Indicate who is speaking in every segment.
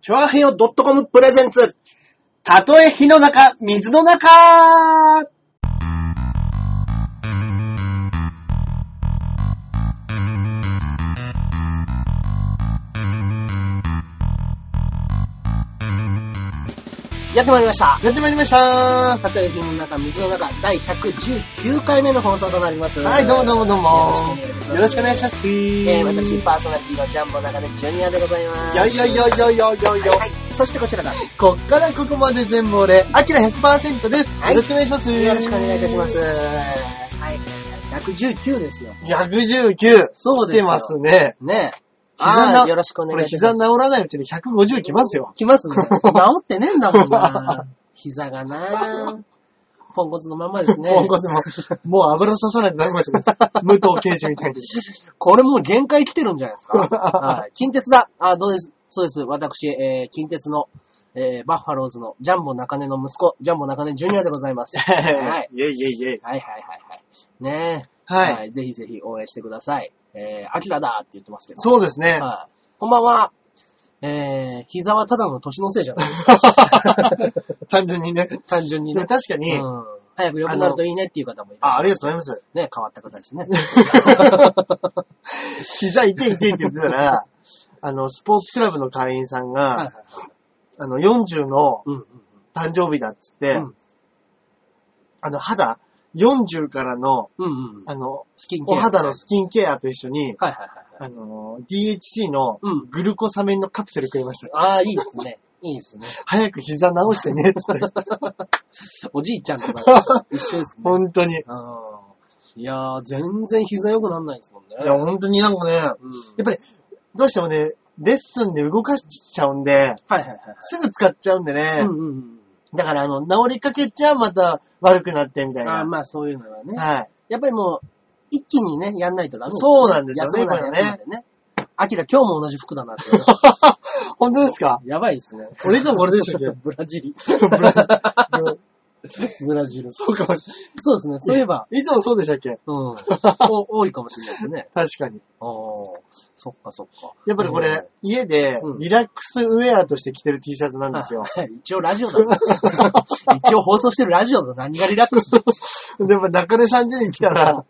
Speaker 1: チョアヘヨ .com プレゼンツ。たとえ火の中、水の中やってまいりました。
Speaker 2: やってまいりました
Speaker 1: たとえ火の中、水の中、第119回目の放送となります。
Speaker 2: はい、どうもどうもどうも。よ
Speaker 1: よ
Speaker 2: ろ
Speaker 1: ろ
Speaker 2: し
Speaker 1: し
Speaker 2: く
Speaker 1: く
Speaker 2: お願
Speaker 1: お願
Speaker 2: いし
Speaker 1: いし
Speaker 2: ま
Speaker 1: ます。
Speaker 2: す。
Speaker 1: えー、私、パーソナリティのジャンボ中根ジュニアでございます。
Speaker 2: よいよいよいよいよいよいよ。
Speaker 1: はい、そしてこちらが、
Speaker 2: こっからここまで全部俺、アキラ100%です。
Speaker 1: はい
Speaker 2: よろしくお願いします。
Speaker 1: よろしくお願いいたします。はい、119ですよ。
Speaker 2: 119。
Speaker 1: そう
Speaker 2: 来
Speaker 1: ですよ
Speaker 2: てますね。
Speaker 1: ねえ。
Speaker 2: 膝
Speaker 1: あ
Speaker 2: な
Speaker 1: ーよろしくお
Speaker 2: こ
Speaker 1: 願い
Speaker 2: れ
Speaker 1: いたしま
Speaker 2: 膝
Speaker 1: す。
Speaker 2: 治らないうちに150来ますよ。
Speaker 1: 来 ますね。治ってねえんだもんな。膝が な。ポンコツのまんまですね。
Speaker 2: ポンコツも、もう油刺さないとダメかもしれ ないです。武藤刑事みたいに。
Speaker 1: これもう限界来てるんじゃないで すか。はい。近鉄だ。あ、どうです。そうです。私、えー、近鉄の、えー、バッファローズのジャンボ中根の息子、ジャンボ中根ジュニアでござい ます。はい。はいはい
Speaker 2: いえいえいえ。
Speaker 1: はいはい。ねえ。
Speaker 2: はい
Speaker 1: ぜひぜひ応援してください。えー、アキラだって言ってますけど。
Speaker 2: そうですね。
Speaker 1: はい。こんばんは。えー、膝はただの年のせいじゃないですか。
Speaker 2: 単純にね。
Speaker 1: 単純に
Speaker 2: でも
Speaker 1: ね。
Speaker 2: 確かに、
Speaker 1: うん。早く良くなるといいねっていう方もいらっし
Speaker 2: あ、
Speaker 1: ゃ
Speaker 2: あ
Speaker 1: る。
Speaker 2: りがとうございます。
Speaker 1: ね、変わった方ですね。
Speaker 2: 膝痛い痛いって言ってたら、 あの、スポーツクラブの会員さんが、
Speaker 1: はいはいはい
Speaker 2: あの、40の
Speaker 1: うんうん
Speaker 2: 誕生日だっつって、
Speaker 1: うん
Speaker 2: あの、肌、40からの、
Speaker 1: うん。うんうん。
Speaker 2: あの、
Speaker 1: スキンケ
Speaker 2: お
Speaker 1: ア。
Speaker 2: 肌のスキンケアと一緒に、
Speaker 1: はいはいはいはい。
Speaker 2: あの、DHC の
Speaker 1: うん
Speaker 2: グルコサミンのカプセル食いました。
Speaker 1: ああ、いいですね。いいですね。
Speaker 2: 早く膝直してね、つって。
Speaker 1: おじいちゃんと か一緒ですね。
Speaker 2: 本当に。い
Speaker 1: あーいやー、全然膝良くなんないですもんね。
Speaker 2: や、本当になんかね、やっ
Speaker 1: うん
Speaker 2: ぱり、どうしてもね、レッスンで動かしちゃうんで、
Speaker 1: はいはいはい。
Speaker 2: すぐ使っちゃうんでね、
Speaker 1: うんうんうん。
Speaker 2: だから、あの、治りかけちゃまた悪くなってみたい
Speaker 1: あー
Speaker 2: な。
Speaker 1: まあそういうのは ね。
Speaker 2: はい。
Speaker 1: やっぱりもう、一気にね、やんないとダメ
Speaker 2: そうなんですよね
Speaker 1: 休まな
Speaker 2: こ
Speaker 1: い
Speaker 2: れね
Speaker 1: 休まないね。アキラ今日も同じ服だなって思いました。
Speaker 2: 本当ですか
Speaker 1: やばいですね。
Speaker 2: 俺いつもこれでしたっ け
Speaker 1: ブラジル。
Speaker 2: ブラジル
Speaker 1: ブラジル。
Speaker 2: そうかもし
Speaker 1: そうですね。そういえば、
Speaker 2: いつもそうでしたっけ
Speaker 1: うん。お多いかもしれないですね。
Speaker 2: 確かに。
Speaker 1: あーそっかそっか。
Speaker 2: やっぱりこれ、
Speaker 1: うん
Speaker 2: 家で
Speaker 1: うん
Speaker 2: リラックスウェアとして着てる T シャツなんですよ。
Speaker 1: はい一応ラジオ だぞ。一応放送してるラジオだぞ。何がリラックスだ
Speaker 2: でも中根さん家に来た ら、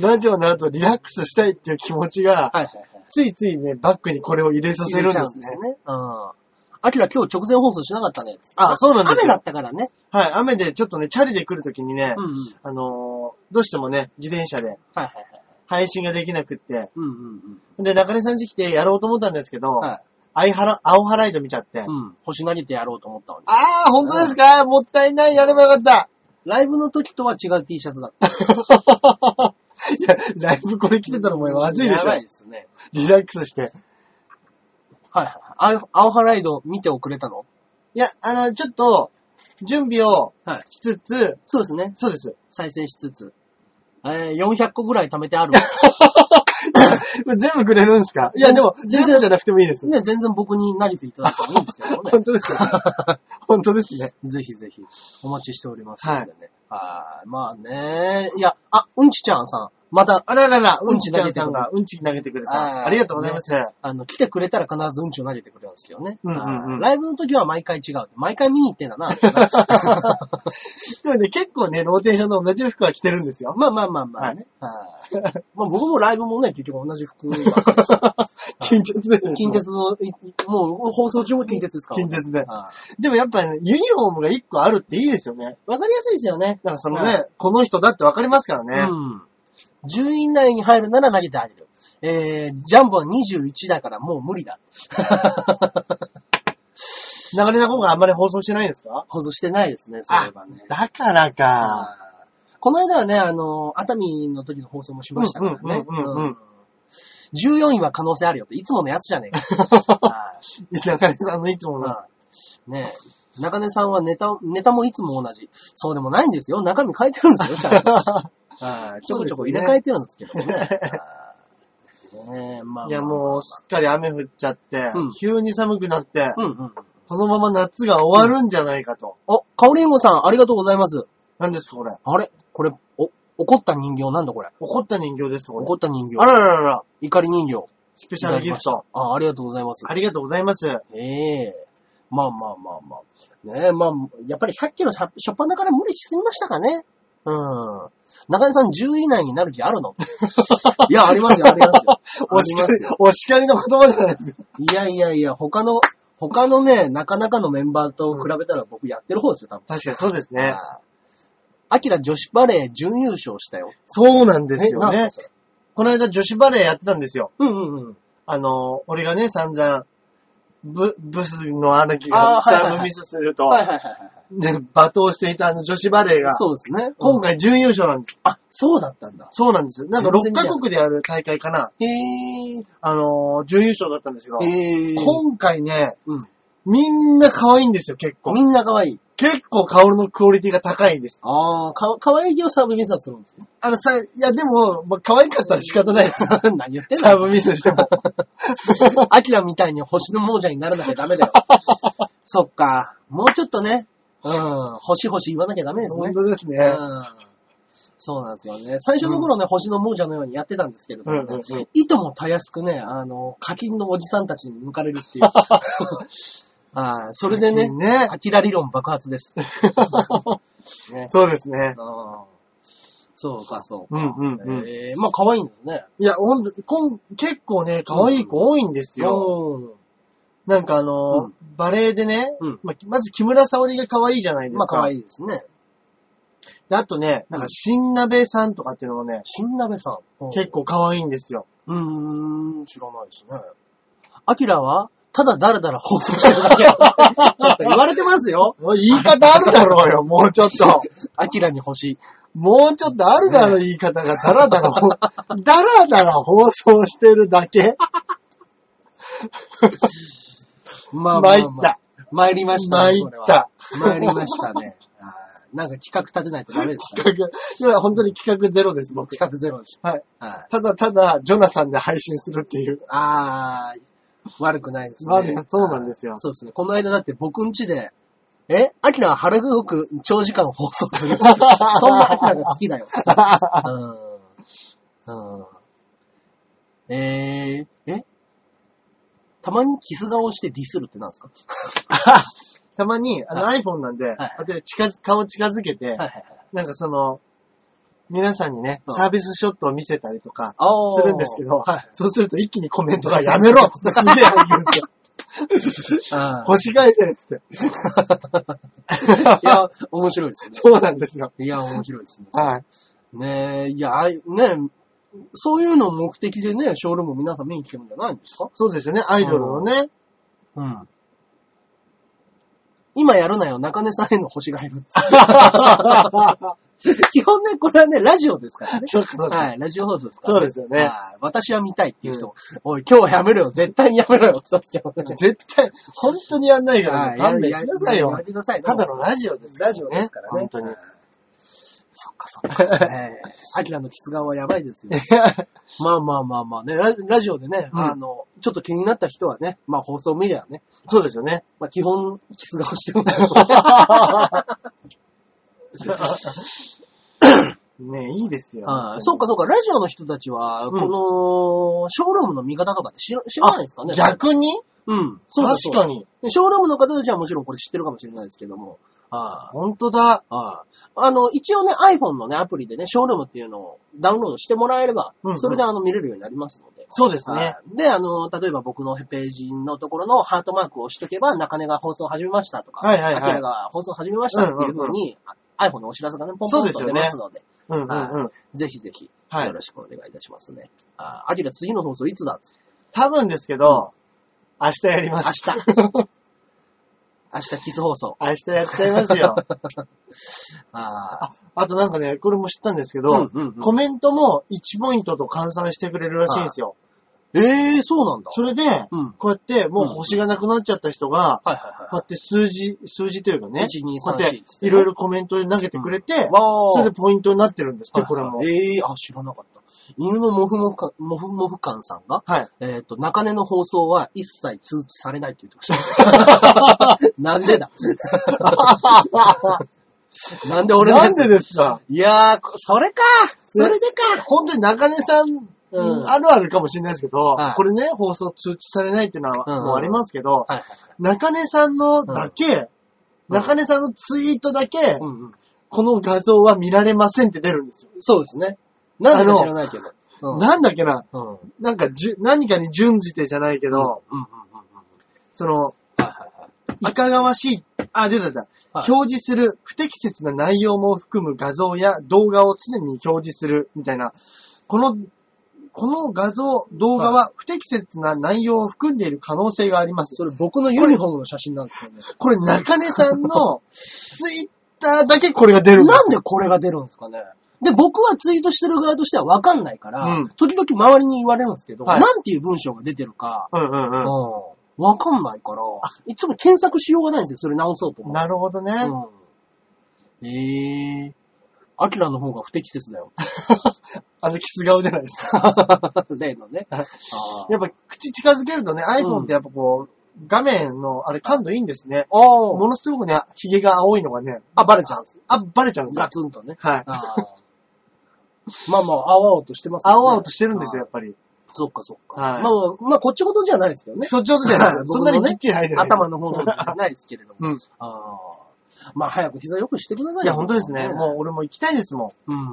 Speaker 2: ラジオの後リラックスしたいっていう気持ちが、
Speaker 1: はいはいはい。
Speaker 2: ついついね、バッグにこれを入れさせるんですね。
Speaker 1: ね。うん。アキラ今日直前放送しなかったね。
Speaker 2: あそうなんですよ
Speaker 1: 雨だったからね。
Speaker 2: はい、雨でちょっとね、チャリで来るときにね、
Speaker 1: うんうん。はい
Speaker 2: あのーどうしてもね、自転車で
Speaker 1: はいはい。
Speaker 2: 配信ができなくって、
Speaker 1: うんうん
Speaker 2: で、中根さん家来てやろうと思ったんですけど、
Speaker 1: うん。はい。
Speaker 2: 相原、青ハライド見ちゃって。
Speaker 1: うん。星投げてやろうと思ったのに。
Speaker 2: あー、本当ですか、もったいない、やればよかった。
Speaker 1: ライブの時とは違う T シャツだった。
Speaker 2: いや、ライブこれ着てたらもうまずいでし
Speaker 1: や
Speaker 2: ょ
Speaker 1: ばい。ですね。
Speaker 2: リラックスして。
Speaker 1: はいはいはい。アオハライド見ておくれたの
Speaker 2: いや、あの、ちょっと、準備を
Speaker 1: はい。
Speaker 2: しつつ、
Speaker 1: そうですね。
Speaker 2: そうです。
Speaker 1: 再生しつつ。えー、400個ぐらい貯めてあるわ。
Speaker 2: 全部くれるんですかいや、でも、全
Speaker 1: 全然
Speaker 2: 部じゃなくてもいいです。
Speaker 1: ね、全然僕に投げていただいてもいいんですけどね。
Speaker 2: 本当ですか本当 ですね。
Speaker 1: ぜひぜひ、お待ちしておりますのでね。はい。まあね。いや、あ、うんちちゃんさん。また、あららら、う
Speaker 2: うんん
Speaker 1: ち
Speaker 2: ち
Speaker 1: 投
Speaker 2: 投
Speaker 1: げ
Speaker 2: げ
Speaker 1: て
Speaker 2: さんが、うんち投げてくれ
Speaker 1: あ
Speaker 2: た。
Speaker 1: ー
Speaker 2: ありがとうございます。
Speaker 1: あの、来てくれたら必ずうんちを投げてくれるんですけどね。
Speaker 2: うんうんうん
Speaker 1: あーライブの時は毎回違う。毎回見に行ってんだな。
Speaker 2: でもね、結構ね、ローテーションの同じ服は着てるんですよ。
Speaker 1: まあまあまあまあね。はい。まあ僕もライブもね、結局同じ服ばっかりですよ。
Speaker 2: 近鉄で。
Speaker 1: 近。鉄の、いもう放送中も近鉄ですから。
Speaker 2: 近鉄で。
Speaker 1: はい
Speaker 2: でもやっぱね、ユニフォームが1個あるっていいですよね。
Speaker 1: わかりやすいですよね。
Speaker 2: なんかその
Speaker 1: は
Speaker 2: ね、この人だってわかりますからね。
Speaker 1: うん。10位以内に入るなら投げてあげる。えー、ジャンボは21だからもう無理だ。
Speaker 2: 流れな方があんまり放送してないんですか
Speaker 1: 保存してないですね、そういえばね。
Speaker 2: だからか。
Speaker 1: あーこの間はね、あの、熱海の時の放送もしましたからね。
Speaker 2: うんうんうんうんうん
Speaker 1: 14位は可能性あるよって、いつものやつじゃね えか。はい
Speaker 2: 中根さんのいつもの。
Speaker 1: まあねえ。中根さんはネタ、ネタもいつも同じ。そうでもないんですよ。中身変えてるんですよ、ちゃ んと。はいちょこちょこ入れ替えてるんですけどね。はいねえまあまあ
Speaker 2: いやもう、すっかり雨降っちゃって
Speaker 1: うん、
Speaker 2: 急に寒くなって、
Speaker 1: うんうん。
Speaker 2: このまま夏が終わるんじゃないかと。
Speaker 1: お、カオリンゴさん、ありがとうございます。
Speaker 2: 何ですかこれ。
Speaker 1: あれこれ、お、怒った人形なんだこれ。
Speaker 2: 怒った人形ですかこれ。
Speaker 1: 怒った人形。
Speaker 2: あらららら、
Speaker 1: 怒り人形。
Speaker 2: スペシャルギフト。
Speaker 1: あ、ありがとうございます。
Speaker 2: ありがとうございます。
Speaker 1: ええまあまあまあまあ。ねえ、まあ、やっぱり100キロしょしょっぱなから無理しすぎましたかね。うん。中根さん10位以内になる気あ るのいや、ありますよ、あり ますよ。あ
Speaker 2: お
Speaker 1: り
Speaker 2: 叱
Speaker 1: ます
Speaker 2: り
Speaker 1: よ。、
Speaker 2: お叱りの言葉じゃないですか。
Speaker 1: いやいやいや、他の、他のね、なかなかのメンバーと比べたら僕やってる方ですよ、多分。
Speaker 2: 確かにそうですね。
Speaker 1: あーアキラ女子バレー準優勝したよ。
Speaker 2: そうなんです
Speaker 1: えな
Speaker 2: よ
Speaker 1: ん
Speaker 2: ね
Speaker 1: か。それ
Speaker 2: この間女子バレーやってたんですよ。
Speaker 1: うんうんうん。
Speaker 2: あの、俺がね、散々、ブ、ブスの歩きが
Speaker 1: あーはいはいはい
Speaker 2: サーブミスすると、
Speaker 1: はいはいはいはい。
Speaker 2: ね罵倒していたあの女子バレーが、
Speaker 1: そうですね。
Speaker 2: 今回準優勝なんです。
Speaker 1: あ、そうだったんだ。
Speaker 2: そうなんです。なんか
Speaker 1: 全
Speaker 2: 6
Speaker 1: 然見ない
Speaker 2: カ国でやる大会かな。
Speaker 1: へえ。
Speaker 2: あのー、準優勝だったんですけど、
Speaker 1: へえ。
Speaker 2: 今回ね、
Speaker 1: うん
Speaker 2: みんな可愛いんですよ、結構。
Speaker 1: みんな可愛い。
Speaker 2: 結構カオルのクオリティが高いです。
Speaker 1: ああ、か、可愛いよサーブミスはするんですね。
Speaker 2: あのさ、いやでも、まあ、可愛かったら仕方ない で す。
Speaker 1: 何言ってん
Speaker 2: サー
Speaker 1: の
Speaker 2: ブミスしても。
Speaker 1: アキラみたいに星の亡者にならなきゃダメ だよ。そっか。もうちょっとね。うん。星星言わなきゃダメですね
Speaker 2: 本。当ですね。
Speaker 1: うん。そうなんですよね。最初の頃ね、星の亡者のようにやってたんですけれど
Speaker 2: うん
Speaker 1: も
Speaker 2: うんう
Speaker 1: ね
Speaker 2: ん。
Speaker 1: いともたやすくね、あの、課金のおじさんたちに抜かれるって いう。あーそれでね、
Speaker 2: ね
Speaker 1: アキラ理論爆 発です。ね、
Speaker 2: そうですね。
Speaker 1: あーそうか、そ
Speaker 2: う
Speaker 1: うか。
Speaker 2: んうんうん。
Speaker 1: えー、まあ、可愛いんですね。
Speaker 2: いや、ほんと、こん結構ね、可愛い子多いんですよ。
Speaker 1: うん
Speaker 2: なんかあのー
Speaker 1: うん
Speaker 2: バレエでね、
Speaker 1: うん
Speaker 2: まあまず木村沙織が可愛いじゃないですか。
Speaker 1: まあ、可
Speaker 2: い。
Speaker 1: 愛いですね。
Speaker 2: で、あとね、なんか新鍋さんとかっていうのもね、
Speaker 1: 新鍋さん。
Speaker 2: 結構可愛いんですよ。
Speaker 1: うーん、知らないですね。アキラは、ただだらだら放送してる だけ。ちょっと言われてますよ。
Speaker 2: もう言い方あるだろうよ、 もうちょっ と。
Speaker 1: アキラに星。
Speaker 2: もうちょっとあるだろ、言い方が。だらだ ら、だらだら放送してるだけ。
Speaker 1: ま
Speaker 2: 参った。
Speaker 1: 参りましたね。
Speaker 2: 参
Speaker 1: これ
Speaker 2: っ
Speaker 1: は
Speaker 2: た。
Speaker 1: 参りましたね。あーなんか企画立てないとダメですね。
Speaker 2: 企画、いや、本当に企画ゼロです、僕。
Speaker 1: 企画ゼロです。
Speaker 2: はい。
Speaker 1: はい。
Speaker 2: ただただ、ジョナサンで配信するっていう。
Speaker 1: あー、悪くないですね。
Speaker 2: 悪くそうなんですよ
Speaker 1: あーそうですね。この間だって僕ん家で、えアキラは腹黒く長時間放送 する。そんなアキラが好きだよ。うん。うん。えー、えたまにキス顔してディスるってなんですか
Speaker 2: たまに、あの iPhone なんで、
Speaker 1: はい
Speaker 2: 例えば近づ顔近づけて、
Speaker 1: はいはいはい。
Speaker 2: なんかその、皆さんにね、
Speaker 1: うん
Speaker 2: サービスショットを見せたりとか、
Speaker 1: あー
Speaker 2: するんですけど、
Speaker 1: はい。
Speaker 2: そうすると一気にコメントがやめろっつってすげえ言うんです よ。
Speaker 1: あー
Speaker 2: 星返せっつって。
Speaker 1: いや、面白いですね。
Speaker 2: そうなんですよ。
Speaker 1: いや、面白いですね。
Speaker 2: はい。
Speaker 1: ねえ、いや、あいねえそういうのを目的でね、ショールーム皆さん見に来てるんじゃないんですか
Speaker 2: そうですよね、アイドルのね。
Speaker 1: うん。今やるなよ、中根さんへの星がいるっつって基本ね、これはね、ラジオですから ね。
Speaker 2: そうかそうか
Speaker 1: はい、ラジオ放送ですから、
Speaker 2: そうですよね
Speaker 1: はい私は見たいっていう人も、おい、今日はやめろよ、絶対にやめろよって言ったんですけどね。
Speaker 2: 絶対、本当にやんないから、
Speaker 1: は
Speaker 2: ね、
Speaker 1: い
Speaker 2: 勘弁してください
Speaker 1: や
Speaker 2: よ
Speaker 1: め。てください。
Speaker 2: ただのラジオですから
Speaker 1: ラジオですからね。
Speaker 2: 本当に
Speaker 1: はい。そっかそっか。ええアキラのキス顔はやばいですよ。まあまあまあまあね、ララジオでね、
Speaker 2: うん
Speaker 1: あの、ちょっと気になった人はね、まあ放送見りゃね、
Speaker 2: そうですよね。
Speaker 1: まあ基本キス顔してるんだ
Speaker 2: ねいいですよ。
Speaker 1: はいそうかそうか、ラジオの人たちは、
Speaker 2: ん
Speaker 1: この、ショールームの見方とかって知ら知らないですかね
Speaker 2: 逆に
Speaker 1: うん。そうだ
Speaker 2: 確
Speaker 1: そうだ
Speaker 2: かに。
Speaker 1: でショールームの方たちはもちろんこれ知ってるかもしれないですけども、あ
Speaker 2: 本当だ。
Speaker 1: あ、ああ。あの、一応ね、iPhone のね、アプリでね、ショールームっていうのをダウンロードしてもらえれば、
Speaker 2: うんうん
Speaker 1: それであの、見れるようになりますので。
Speaker 2: そうです
Speaker 1: は
Speaker 2: ね。
Speaker 1: いで、あの、例えば僕のページのところのハートマークを押しとけば、中根が放送始めましたとか、
Speaker 2: はいはいはい
Speaker 1: アキラが放送始めましたっていう風に、iPhone のお知らせがね、ポンポンと出ますので、
Speaker 2: うんうんうん。
Speaker 1: ぜひぜひ、
Speaker 2: はい
Speaker 1: よろしくお願いいたしますね。あー、アキラ次の放送いつだっつって
Speaker 2: 多分ですけど、明日やります。
Speaker 1: 明日。 明日キス放送。
Speaker 2: 明日やっちゃいます よ。
Speaker 1: ああ、
Speaker 2: あとなんかね、これも知ったんですけど、
Speaker 1: うんうんうん
Speaker 2: コメントも1ポイントと換算してくれるらしいんですよ。
Speaker 1: ええそうなんだ。
Speaker 2: それで、
Speaker 1: うん。
Speaker 2: こうやってもう星がなくなっちゃった人が、
Speaker 1: はいはい
Speaker 2: こうやって数字、数字というかね、
Speaker 1: 1 2 3
Speaker 2: こうやって
Speaker 1: 4つって
Speaker 2: いろいろコメントで投げてくれて、
Speaker 1: はい。わ
Speaker 2: それ
Speaker 1: ー
Speaker 2: でポイントになってるんですって、これも
Speaker 1: はい。ええあ、知らなかった。犬のモフモフか、モフモフ感さんが、
Speaker 2: はい。
Speaker 1: えっ、と、中根の放送は一切通知されないって言ってま した。なんで だなんで俺の
Speaker 2: な
Speaker 1: や
Speaker 2: ん
Speaker 1: つ
Speaker 2: でですか
Speaker 1: いやー、それかそれでか
Speaker 2: 本当に中根さん
Speaker 1: うん
Speaker 2: あるあるかもしれないですけど
Speaker 1: はい、
Speaker 2: これね、放送通知されないっていうの
Speaker 1: うんう
Speaker 2: は
Speaker 1: ん
Speaker 2: もうありますけど、
Speaker 1: はいはい。
Speaker 2: 中根さんのだけ、
Speaker 1: うん
Speaker 2: 中根さんのツイートだけ、
Speaker 1: うんうん。
Speaker 2: この画像は見られませんって出るんですよ。
Speaker 1: そうですね。なんでか知らないけど。うん。うん。
Speaker 2: なんだっけな、
Speaker 1: うんうん
Speaker 2: なんかじゅ、何かに準じてじゃないけ
Speaker 1: うんうん。
Speaker 2: ど、その、
Speaker 1: はいはいはい。
Speaker 2: いかがわしい、あ、出た出た。
Speaker 1: はい
Speaker 2: 表示する、不適切な内容も含む画像や動画を常に表示する、みたいな。この、この画像、動画は不適切な内容を含んでいる可能性があります。
Speaker 1: それ僕のユニフォームの写真なんですよね。
Speaker 2: これ中根さんのツイッターだけこれが出るんです
Speaker 1: なんでこれが出るんですかね。で、僕はツイートしてる側としてはわかんないから、
Speaker 2: うん
Speaker 1: 時々周りに言われるんですけど、
Speaker 2: はい
Speaker 1: なんていう文章が出てるか、
Speaker 2: うんうんう
Speaker 1: うん。わかんないから、いつも検索しようがないんですよ、それ直そうと
Speaker 2: ん。
Speaker 1: 思
Speaker 2: なるほどね。
Speaker 1: って。うん。えー。アキラの方が不適切 だよ。
Speaker 2: あのキス顔じゃないですか。
Speaker 1: 例のね。あ
Speaker 2: やっぱ口近づけるとね、iPhone ってやっぱこう、画面の、あれ感度いいんですね。
Speaker 1: あ
Speaker 2: ものすごくね、髭が青いのがね、
Speaker 1: あ、バレちゃうんです。
Speaker 2: あ、バレちゃうんですよ
Speaker 1: ガ。ツンとね。
Speaker 2: はい。
Speaker 1: あーまあまあ、青々としてますよね
Speaker 2: 青々としてるんですよ、やっぱり。
Speaker 1: そっかそっか。
Speaker 2: はい
Speaker 1: まあ、まあ、こっちごとじゃないですけどね。
Speaker 2: そっちほどじゃない。そん
Speaker 1: 僕
Speaker 2: な
Speaker 1: のね
Speaker 2: にきっちり入 ってない。
Speaker 1: 頭の方じゃないですけれども。
Speaker 2: うん。い
Speaker 1: ああ。まあ、早く膝よくしてくださいよ
Speaker 2: や、本当ですね。もう俺も行きたいですもん。
Speaker 1: う。うん。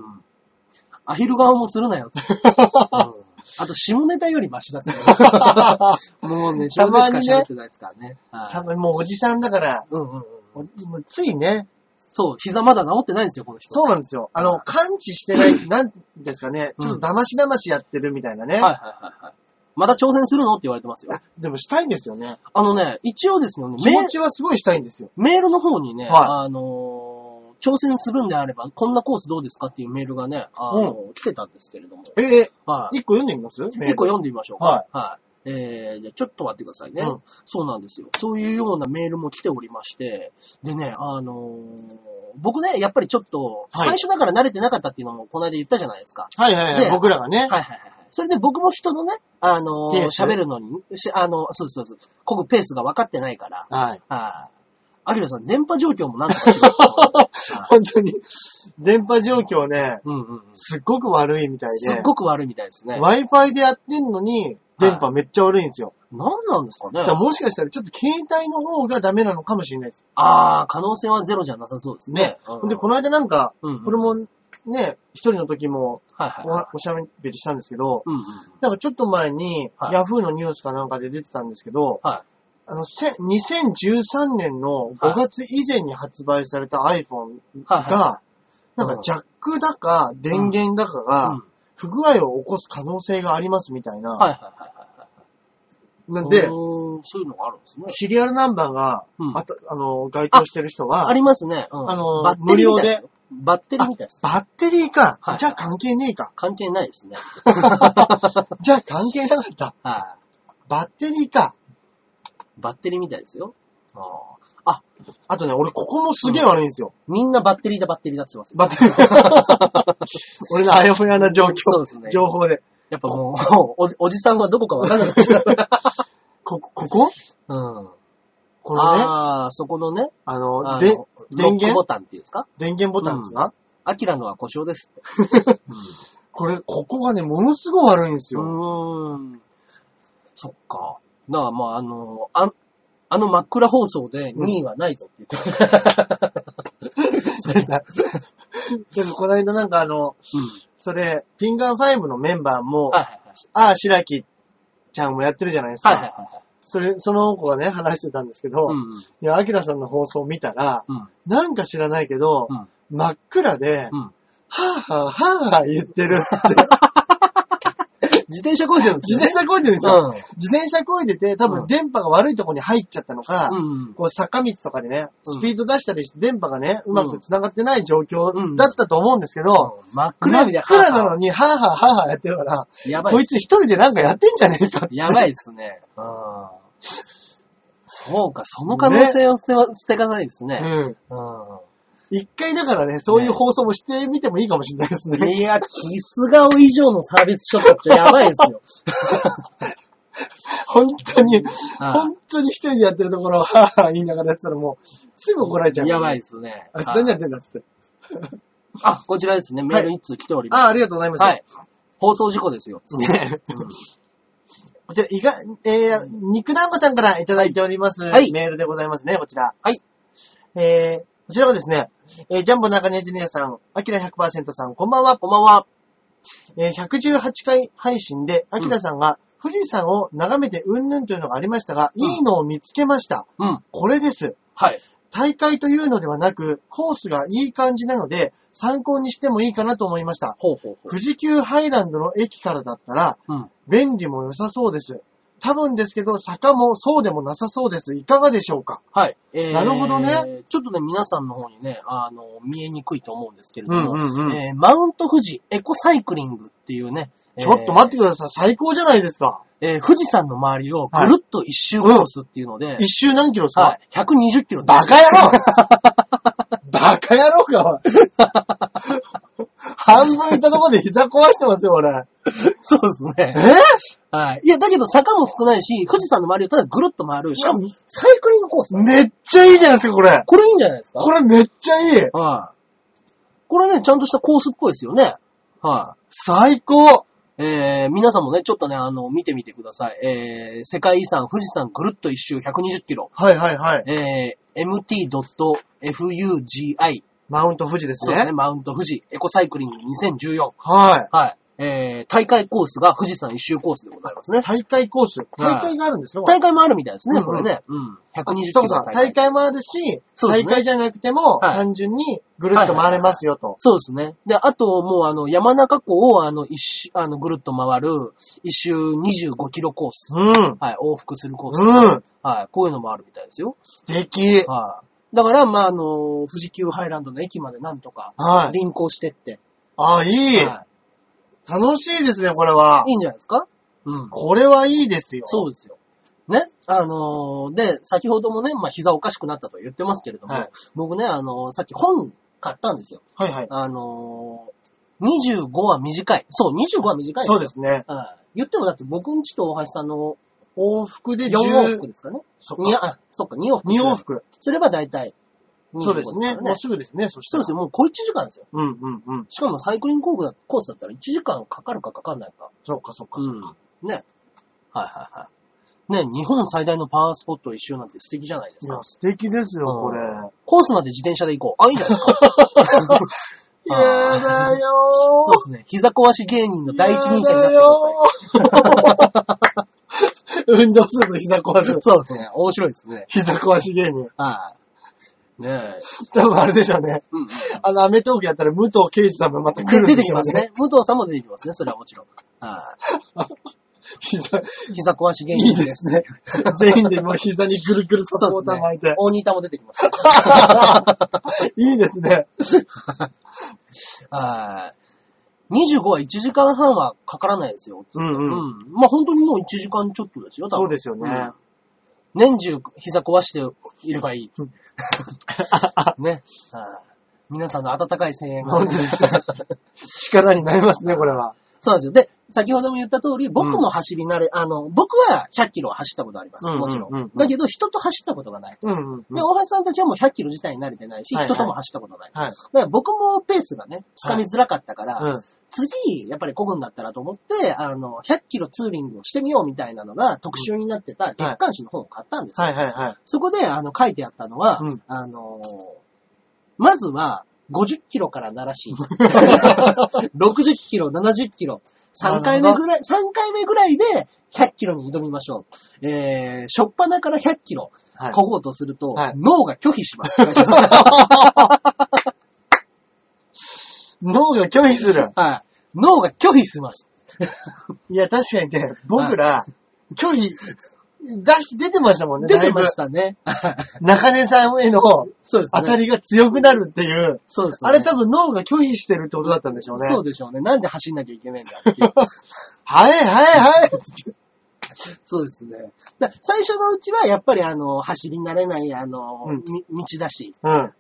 Speaker 1: アヒル顔もする なよ、つってうんあと、下ネタよりマシ だったよもうね、下ネタしか喋ってないですからね。はい
Speaker 2: 多分もうおじさんだから、
Speaker 1: うんうんうん。
Speaker 2: おもうついね。
Speaker 1: そう、膝まだ治ってないんですよ、この人。
Speaker 2: そうなんですよ。あの、感知してない、なんですかね。
Speaker 1: うん
Speaker 2: ちょっと騙し騙しやってるみたいなね。
Speaker 1: はいはいはいはい。まだ挑戦するのって言われてますよ。
Speaker 2: でもしたいんですよね。
Speaker 1: あのね、一応ですね、
Speaker 2: 気
Speaker 1: メー
Speaker 2: 持
Speaker 1: ル
Speaker 2: ちはすごいしたいんですよ。
Speaker 1: メールの方にね、
Speaker 2: は
Speaker 1: あのー挑戦するんであれば、こんなコースどうですかっていうメールがね、あのー来てたんですけれども。
Speaker 2: ええ、
Speaker 1: はい。
Speaker 2: 一個読んでみます
Speaker 1: 一個読んでみましょうか。。
Speaker 2: はい
Speaker 1: えー、じゃあちょっと待ってくださいね、
Speaker 2: うん
Speaker 1: そうなんですよ。そういうようなメールも来ておりまして、でね、あのー僕ね、やっぱりちょっと、
Speaker 2: はい
Speaker 1: 最初だから慣れてなかったっていうのもこの間言ったじゃないですか。
Speaker 2: はいはいは
Speaker 1: で
Speaker 2: い。僕らがね。
Speaker 1: はいはいはい。それで僕も人のね、あのー
Speaker 2: ペース
Speaker 1: 喋るのに、しあの、そうそうそう、こぐペースが分かってないから、
Speaker 2: はい。
Speaker 1: はい。アキラさん、電波状況もなんとかしろって思ってはい
Speaker 2: 本当に、電波状況ね、
Speaker 1: うんうんうん。
Speaker 2: すっごく悪いみたい
Speaker 1: すっ
Speaker 2: で。
Speaker 1: ごく悪いみたいですね。
Speaker 2: Wi-Fi でやってんのに、電波めっちゃ悪いんですよ。
Speaker 1: 何なんですかね
Speaker 2: だからもしかしたらちょっと携帯の方がダメなのかもしれないです。
Speaker 1: ああ、可能性はゼロじゃなさそうですね。うん
Speaker 2: で、この間なんか、
Speaker 1: うんうん
Speaker 2: これもね、一人の時も
Speaker 1: はいはい
Speaker 2: お
Speaker 1: はい
Speaker 2: はおしゃべりしたんですけど、
Speaker 1: うんうん。
Speaker 2: なんかちょっと前に、
Speaker 1: はい
Speaker 2: ヤフーのニュースかなんかで出てたんですけど、
Speaker 1: は
Speaker 2: あの、せ2013年の5月以前に発売された iPhone
Speaker 1: い。はいはい。
Speaker 2: が、なんかジャックだか電源だか
Speaker 1: うん
Speaker 2: が不具合を起こす可能性がありますみたい
Speaker 1: はい
Speaker 2: な。
Speaker 1: はいはいはいはい。
Speaker 2: なんで
Speaker 1: うー、んそういうのがあるんですね。
Speaker 2: シリアルナンバーが、
Speaker 1: うん
Speaker 2: あとあの、該当してる人は
Speaker 1: あ、りますね。うん
Speaker 2: あの
Speaker 1: バッテリーみたいすよ。バッテリ
Speaker 2: あ
Speaker 1: ーみたいです。
Speaker 2: バッテリーか。
Speaker 1: はい
Speaker 2: じゃあ関係ねえか。
Speaker 1: 関係ないですね。
Speaker 2: じゃあ関係なかった。
Speaker 1: は
Speaker 2: バッテリーか。
Speaker 1: い。バッテリーみたいですよ。あー
Speaker 2: あとね、俺ここもすげえ悪いんですよ。
Speaker 1: みんなバッテリーだバッテリーだって言ってますよ。
Speaker 2: バッテリー。 俺のあやふやな状況。
Speaker 1: そうですね
Speaker 2: 情報で。
Speaker 1: やっぱもう、 おおじさんはどこかわからなくなっちゃう。
Speaker 2: こ、ここ
Speaker 1: うん。
Speaker 2: このね、あ
Speaker 1: ああ、そこのね、
Speaker 2: の、
Speaker 1: あの
Speaker 2: で、
Speaker 1: ロ
Speaker 2: 電
Speaker 1: ック
Speaker 2: 源
Speaker 1: ボタンっていうんですか
Speaker 2: 電源ボタンですか、
Speaker 1: アキラのは故障ですって。
Speaker 2: これ、ここがね、ものすごい悪いんです
Speaker 1: う
Speaker 2: よ。
Speaker 1: ーん。そっか。だからまあ、あの、ああの真っ暗放送で2位はないぞって言ってました。
Speaker 2: でも、この間なんかあの、
Speaker 1: うん。
Speaker 2: それ、ピンガン5のメンバーも、
Speaker 1: はいはいはい。
Speaker 2: ああ、白木ちゃんもやってるじゃないですか。
Speaker 1: はいはいはい。
Speaker 2: それ、その子がね、話してたんですけど、
Speaker 1: うん
Speaker 2: いや、アキラさんの放送見たら、
Speaker 1: うん。うん。
Speaker 2: なんか知らないけど、
Speaker 1: うん
Speaker 2: 真っ暗で、
Speaker 1: うん
Speaker 2: はぁはぁはぁはぁ言って る。
Speaker 1: 自転車こいでるんです
Speaker 2: 自
Speaker 1: よ、
Speaker 2: 転車漕
Speaker 1: ね。
Speaker 2: いでるんですよ。自転車漕いでて、多
Speaker 1: うん
Speaker 2: 分電波が悪いとこに入っちゃったのか、
Speaker 1: うん。うん。
Speaker 2: こう坂道とかでね、
Speaker 1: うん
Speaker 2: スピード出したりして電波がね、う
Speaker 1: う
Speaker 2: んまく繋がってない状
Speaker 1: うん
Speaker 2: 況だったと思うんですけど、
Speaker 1: 真っ
Speaker 2: 真
Speaker 1: 暗
Speaker 2: っ
Speaker 1: 闇で。
Speaker 2: 暗なのに、はぁはぁはぁはぁやってるから、
Speaker 1: やばい
Speaker 2: こい。つ一人でなんかやってんじゃねえかって。
Speaker 1: やばいですね。うん。そうか、その可能性を捨ては、捨てがないですね。
Speaker 2: うん。
Speaker 1: うん。
Speaker 2: 一回だからね、そういう放送もしてみてもいいかもしれないですね。
Speaker 1: いや、キス顔以上のサービスショットってやばいですよ。
Speaker 2: 本当に、
Speaker 1: ああ
Speaker 2: 本当に一人でやってるところを、はぁはぁ言いながらやってたらもう、すぐ怒られちゃう。
Speaker 1: やばいですね。
Speaker 2: あいつ何やってんだっつって。
Speaker 1: あ、こちらですね。メール一通来ております。
Speaker 2: あ、ありがとうございます。
Speaker 1: はい。放送事故ですよ。つって。
Speaker 2: こちら、いが、えー、肉団子さんからいただいております、
Speaker 1: はい
Speaker 2: メールでございますね、こちら。
Speaker 1: はい。
Speaker 2: えー、こちらがですね、えー、ジャンボ中根ジュニアさん、アキラ100%さん、こんばんは。
Speaker 1: こんばんは。
Speaker 2: えー、118回配信で、アキラさんが富士山を眺めてうんぬんというのがありましたが、
Speaker 1: うん
Speaker 2: いいのを見つけました。
Speaker 1: うん。
Speaker 2: これです。
Speaker 1: はい。
Speaker 2: 大会というのではなく、コースがいい感じなので、参考にしてもいいかなと思いました。
Speaker 1: ほうほうほう。
Speaker 2: 富士急ハイランドの駅からだったら、
Speaker 1: うん。
Speaker 2: 便利も良さそうです。多分ですけど、坂もそうでもなさそうです。いかがでしょうか
Speaker 1: はい。えー
Speaker 2: なるほどね。
Speaker 1: ちょっとね、皆さんの方にね、あの、見えにくいと思うんですけれども、
Speaker 2: うんうんうん
Speaker 1: えーマウント富士エコサイクリングっていうね、えー
Speaker 2: ちょっと待ってください。最高じゃないですか。
Speaker 1: えー富士山の周りをぐるっと一周コースっていうので、はい
Speaker 2: 一周何キロですか、
Speaker 1: 120キロで
Speaker 2: バ
Speaker 1: す。
Speaker 2: カ野郎 バカ野郎か、おい半分いたところで膝壊してますよ、俺。
Speaker 1: そうですね
Speaker 2: え。
Speaker 1: はい。いや、だけど坂も少ないし、富士山の周りをただぐるっと回る。しかも、サイクリングコースだ。
Speaker 2: めっちゃいいじゃないですか、これ。
Speaker 1: これいいんじゃないですか
Speaker 2: これめっちゃいい。
Speaker 1: はい。これね、ちゃんとしたコースっぽいですよね。は
Speaker 2: 最高。
Speaker 1: い。えー、皆さんもね、ちょっとね、あの、見てみてください。えー、世界遺産、富士山ぐるっと一周120キロ。
Speaker 2: はいはいはい。
Speaker 1: えー、mt.fugi。
Speaker 2: マウント富士です
Speaker 1: そう
Speaker 2: ね。
Speaker 1: ですね、マウント富士、エコサイクリング2014。
Speaker 2: は
Speaker 1: はい。えー、大会コースが富士山一周コースでございますね
Speaker 2: い。。大会コース。大会があるんですよ。
Speaker 1: 大会もあるみたいですね、
Speaker 2: うん
Speaker 1: これね。うん。120キ
Speaker 2: そ
Speaker 1: ロ
Speaker 2: う
Speaker 1: の
Speaker 2: そう
Speaker 1: 大。会
Speaker 2: 大。会もあるし、
Speaker 1: そうです
Speaker 2: 大
Speaker 1: ね
Speaker 2: 会じゃなくても、
Speaker 1: はい
Speaker 2: 単純にぐるっと回れますよと。
Speaker 1: そうですね。で、あと、もう、あの、山中湖を、あの、一周、あの、ぐるっと回る、一周25キロコース。
Speaker 2: うん。
Speaker 1: はい、往復するコー
Speaker 2: う
Speaker 1: ス。
Speaker 2: ん。
Speaker 1: はい、こういうのもあるみたいですよ。
Speaker 2: 素敵。
Speaker 1: はい。だから、まあ、あの、富士急ハイランドの駅までなんとか、
Speaker 2: はい。
Speaker 1: 輪行してって。
Speaker 2: あ、いい。
Speaker 1: は
Speaker 2: 楽しいですね、これは。
Speaker 1: い。いいんじゃないですかうん。
Speaker 2: これはいいですよ。
Speaker 1: そうですよ。ね。あのーで、先ほどもね、まあ、膝おかしくなったと言ってますけれども、
Speaker 2: はい
Speaker 1: 僕ね、あのーさっき本買ったんですよ。
Speaker 2: はいはい。
Speaker 1: あのー25は短い。そう、25は短い。
Speaker 2: そうですね。
Speaker 1: はい。言ってもだって僕んちと大橋さんの
Speaker 2: 往復で
Speaker 1: 4
Speaker 2: 10
Speaker 1: 往復ですかね。
Speaker 2: そっ
Speaker 1: に
Speaker 2: か
Speaker 1: あ、そっか、2往復。
Speaker 2: 二往。復。
Speaker 1: すれば大体25
Speaker 2: そう
Speaker 1: で
Speaker 2: ですす
Speaker 1: か
Speaker 2: ね。
Speaker 1: らね
Speaker 2: もう。すぐですね。そしたら。
Speaker 1: そうですよ、もう小1時間ですよ。
Speaker 2: うんうんうん。
Speaker 1: しかもサイクリングコースだコースだったら1時間かかるかかかんないか。
Speaker 2: そっかそっかそっか。
Speaker 1: うん。ね。はいはいはい。ね、日本最大のパワースポット一周なんて素敵じゃないです
Speaker 2: い
Speaker 1: か。
Speaker 2: や、素敵ですよ、
Speaker 1: うん
Speaker 2: これ。
Speaker 1: コースまで自転車で行こう。あ、いいんじゃないですか。
Speaker 2: やだよー
Speaker 1: そうですね。膝壊し芸人の第一人者になってくだ
Speaker 2: さい。 運動すると膝壊
Speaker 1: さい。
Speaker 2: す。
Speaker 1: そうですね。面白いですね。
Speaker 2: 膝壊し芸人。
Speaker 1: はい。ねえ。
Speaker 2: 多分あれでしょうね。
Speaker 1: うん。
Speaker 2: あの、アメトークやったら武藤敬司さんもまた来るん
Speaker 1: 出
Speaker 2: で
Speaker 1: て
Speaker 2: し
Speaker 1: き
Speaker 2: ょう
Speaker 1: ます。ね。武藤さんも出てきますね。それはもちろん。はい。
Speaker 2: 膝、い
Speaker 1: 膝壊し芸
Speaker 2: い
Speaker 1: 人
Speaker 2: で。すね。全員でもう膝にぐるぐるサポーター巻いて。
Speaker 1: 大仁田も出てきます。
Speaker 2: いいですね。
Speaker 1: はい。25は1時間半はかからないですよ。
Speaker 2: うん
Speaker 1: う
Speaker 2: うん。
Speaker 1: ん。まあ本当にもう1時間ちょっとですよ、多分
Speaker 2: そうですよね。
Speaker 1: うん年中膝壊していればいい。 ね。はい皆さんの温かい声援が
Speaker 2: 本。当ですね。力になりますね、これは。
Speaker 1: そうなんですよ。で、先ほども言った通り、僕も走り慣れ、あの、僕は100キロは走ったことあります。
Speaker 2: うんうんうん
Speaker 1: も
Speaker 2: うん
Speaker 1: ちろん。だけど、人と走ったことがない。
Speaker 2: うんうんうん。
Speaker 1: で、大橋さんたちはもう100キロ自体に慣れてないし、
Speaker 2: はいはい
Speaker 1: 人とも走ったことない。
Speaker 2: はい。
Speaker 1: だから僕もペースがね、掴みづらかったから、
Speaker 2: うん。
Speaker 1: 次、やっぱり漕ぐんだったらと思って、あの、100キロツーリングをしてみようみたいなのが特集になってた月刊誌の本を買ったんですよ。
Speaker 2: はいはいはい。
Speaker 1: そこで、あの、書いてあったのは、
Speaker 2: うん
Speaker 1: あのーまずは、50キロからな らしい。60キロ、70キロ。3回目ぐらい、三回目ぐらいで100キロに挑みましょう。えー、しょっぱなから100キロ、
Speaker 2: はい
Speaker 1: 漕ごうとすると、
Speaker 2: はい
Speaker 1: 脳が拒否 します。
Speaker 2: 脳が拒否する。
Speaker 1: はい。脳が拒否します。
Speaker 2: いや、確かにね、僕ら、拒否、出し、出てましたもんね、。
Speaker 1: 出てました たね。
Speaker 2: 中根さんへの
Speaker 1: そうです
Speaker 2: 当
Speaker 1: ね。
Speaker 2: たりが強くなるっていう、
Speaker 1: そうですね。
Speaker 2: あれ多分脳が拒否してるってことだったんでしょうね。
Speaker 1: そうでしょうね。なんで走んなきゃいけないん だっていう。
Speaker 2: はいはいはいつって
Speaker 1: そうですね。だ最初のうちは、やっぱりあの、走り慣れない、あの、
Speaker 2: うん
Speaker 1: み道だし、
Speaker 2: うん。
Speaker 1: うん。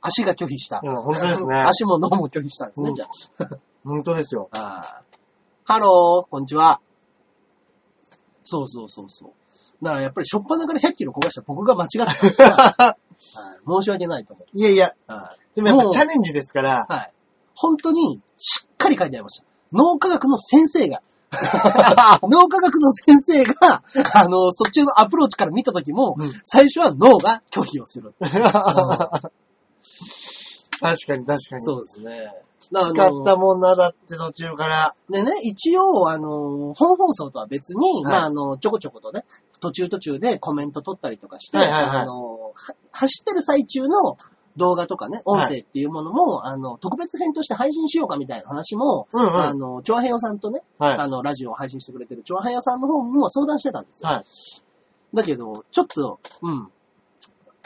Speaker 1: 足が拒否した。
Speaker 2: うん本当ですね
Speaker 1: 足も脳も拒否したんですね、
Speaker 2: うん
Speaker 1: じゃ
Speaker 2: 本当ですよ。
Speaker 1: あ。あーハロー、こんにちは。そうそうそうそう。だからやっぱり、しょっぱなから100キロ焦がした僕が間違っ てたからはい申し訳ないと思う。
Speaker 2: いやいや、
Speaker 1: はい
Speaker 2: でもやっ
Speaker 1: も
Speaker 2: ぱ
Speaker 1: う
Speaker 2: チャレンジですから、
Speaker 1: はい。本当に、しっかり書いてありました。脳科学の先 生が、脳科学の先生が、あの、そっちのアプローチから見た時も、
Speaker 2: うん
Speaker 1: 最初は脳が拒否をする。
Speaker 2: 確かに確かに。
Speaker 1: そうですね。だから
Speaker 2: 使
Speaker 1: あ
Speaker 2: っ
Speaker 1: の
Speaker 2: たもんな、だって途中から。
Speaker 1: でね、一応、あの、本放送とは別に、
Speaker 2: はい
Speaker 1: まあ、あの、ちょこちょことね、途中途中でコメント取ったりとかして、
Speaker 2: はいはいはい
Speaker 1: あの、は走ってる最中の動画とかね、音声っていうものも、あの、特別編として配信しようかみたいな話も、
Speaker 2: うんうん。
Speaker 1: あの、長平洋さんとね、
Speaker 2: はい。
Speaker 1: あの、ラジオを配信してくれてる長平洋さんの方にも相談してたんですよ。
Speaker 2: はい。
Speaker 1: だけど、ちょっと、うん。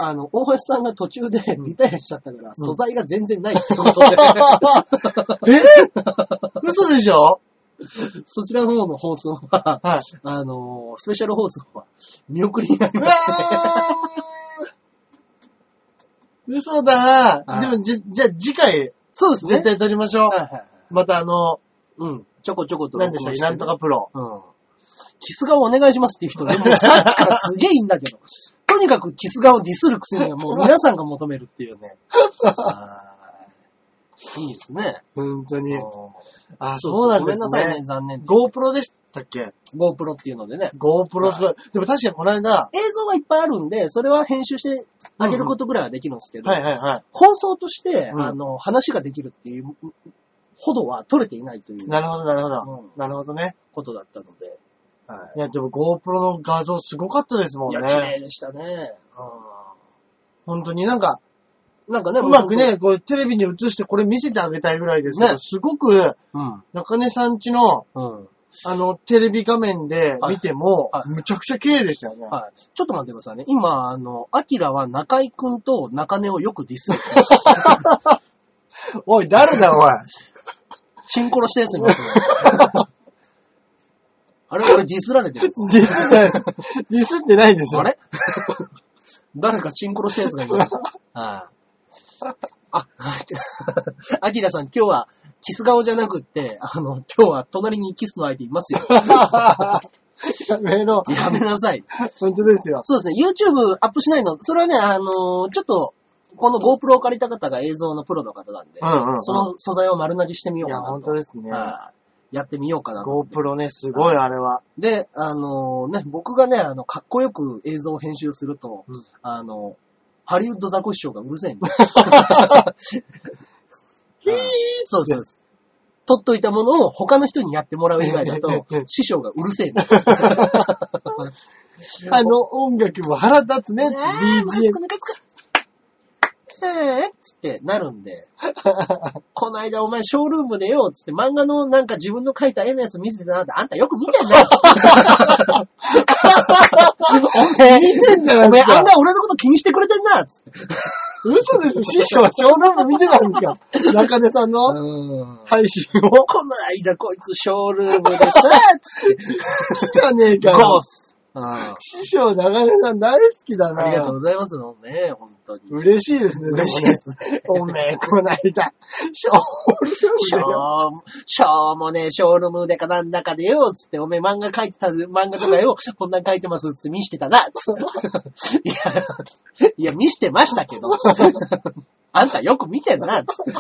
Speaker 1: あの、大橋さんが途中でリタイアしちゃったから、素材が全然ないってことで、
Speaker 2: え嘘でしょ
Speaker 1: そちらの方の放送は、
Speaker 2: はい。
Speaker 1: あのースペシャル放送は見送りになり
Speaker 2: う
Speaker 1: ま
Speaker 2: わ
Speaker 1: し
Speaker 2: ー嘘だ
Speaker 1: は
Speaker 2: ー
Speaker 1: い
Speaker 2: でも、じ、じゃあ次回、
Speaker 1: そうですね。
Speaker 2: 絶対撮りましょう。
Speaker 1: はいはいはい。
Speaker 2: またあの、
Speaker 1: うん。ちょこちょこと
Speaker 2: 何でしたっけ、なんと
Speaker 1: か。
Speaker 2: かプロ。
Speaker 1: うん。キス顔お願いしますっていう人ね、もうさっきからすげえいいんだけど。 とにかくキス顔ディスるくせにはもう皆さんが求めるってい うね。はいいいですね。
Speaker 2: 本当に。あ、
Speaker 1: そ
Speaker 2: そうなん
Speaker 1: ご
Speaker 2: で
Speaker 1: めんな
Speaker 2: す
Speaker 1: さい
Speaker 2: ね
Speaker 1: ね、。残念。
Speaker 2: GoPro でしたっけ
Speaker 1: GoPro っていうのでね。
Speaker 2: ?GoPro すごい。でも確かにこの間、
Speaker 1: 映像がいっぱいあるんで、それは編集してあげることぐらいはできるんですけど、
Speaker 2: はいはいは
Speaker 1: 放送として、
Speaker 2: うん
Speaker 1: あの、話ができるっていうほどは取れていないという
Speaker 2: い。なるほどなるほど。
Speaker 1: うん
Speaker 2: なるほどね。
Speaker 1: ことだったので。はい
Speaker 2: や、でも GoPro の画像すごかったですもん
Speaker 1: いや、綺
Speaker 2: ね。
Speaker 1: 麗でしたね。
Speaker 2: 本当になんか、
Speaker 1: うんなんかね、
Speaker 2: うまくね、これテレビに映してこれ見せてあげたいぐらいですけど、
Speaker 1: ね
Speaker 2: すごく
Speaker 1: 本
Speaker 2: 中根さんちの、
Speaker 1: 当に、うん。うん。
Speaker 2: あの、テレビ画面で見ても、
Speaker 1: はい
Speaker 2: むちゃくちゃ綺麗でしたよね。
Speaker 1: はい。ちょっと待ってくださいね。今、あの、アキラは中井くんと中根をよくディスる。
Speaker 2: おい、誰だおい。
Speaker 1: シンコロしたやつにますね。 あれ俺ディスられてる。
Speaker 2: ディスってないです。ディスってないですよ。
Speaker 1: あれ 誰かチンコロしたやつが います。はい。あ、アキラさん、今日は、キス顔じゃなくって、あの、今日は隣にキスの相手います よ。
Speaker 2: やめろ。
Speaker 1: やめなさい。
Speaker 2: 本当ですよ。
Speaker 1: そうですね、YouTube アップしないの、それはね、あのーちょっと、この GoPro を借りた方が映像のプロの方なんで、
Speaker 2: うんうんうん
Speaker 1: その素材を丸投げしてみよ
Speaker 2: いうや、
Speaker 1: かな
Speaker 2: 本
Speaker 1: と。
Speaker 2: 当ですね。
Speaker 1: はいやってみようかなと。
Speaker 2: GoPro ね、すごい、あれは。
Speaker 1: で、あのーね、僕がね、あの、かっこよく映像を編集すると、
Speaker 2: うん
Speaker 1: あの、ハリウッドザコシショウがうるせえ んだよ
Speaker 2: ヒー
Speaker 1: そうそうです。取っといたものを他の人にやってもらう以外 だと、師匠がうるせえんだよ。
Speaker 2: あの音楽も腹立つね。BGM。
Speaker 1: ムカつく。えーっつってなるんで。こないだお前ショールームでよ、つって漫画のなんか自分の描いた絵のやつ見せてたなって、あんたよく見て んだよ、つって。
Speaker 2: 見てんじゃな
Speaker 1: お
Speaker 2: いで
Speaker 1: 前
Speaker 2: す
Speaker 1: あ
Speaker 2: か。
Speaker 1: んな俺のこと気にしてくれてんな、つって。
Speaker 2: 嘘でしょ師匠はショールーム見てたんですか 中根さんの
Speaker 1: はい
Speaker 2: 配信を。
Speaker 1: この間こいつショールームでさ、つって。
Speaker 2: じゃねえか
Speaker 1: ゴー
Speaker 2: よ。
Speaker 1: ス。あ
Speaker 2: 師匠中根さん大好きだな。
Speaker 1: りがとうございますもんね、本当に。
Speaker 2: 嬉しいですね。
Speaker 1: 嬉しいです。
Speaker 2: でもね。おめえ、こない だ、ショール
Speaker 1: しょ
Speaker 2: ームだよ。
Speaker 1: うも、しょうもねえ、ショールームでかなんだかでよ、つって、おめえ漫画描いてた、漫画とかよ、こんなん描いてます、つって見してたな、つって。いや、いや、見してましたけど、つってあんたよく見てんな、つって。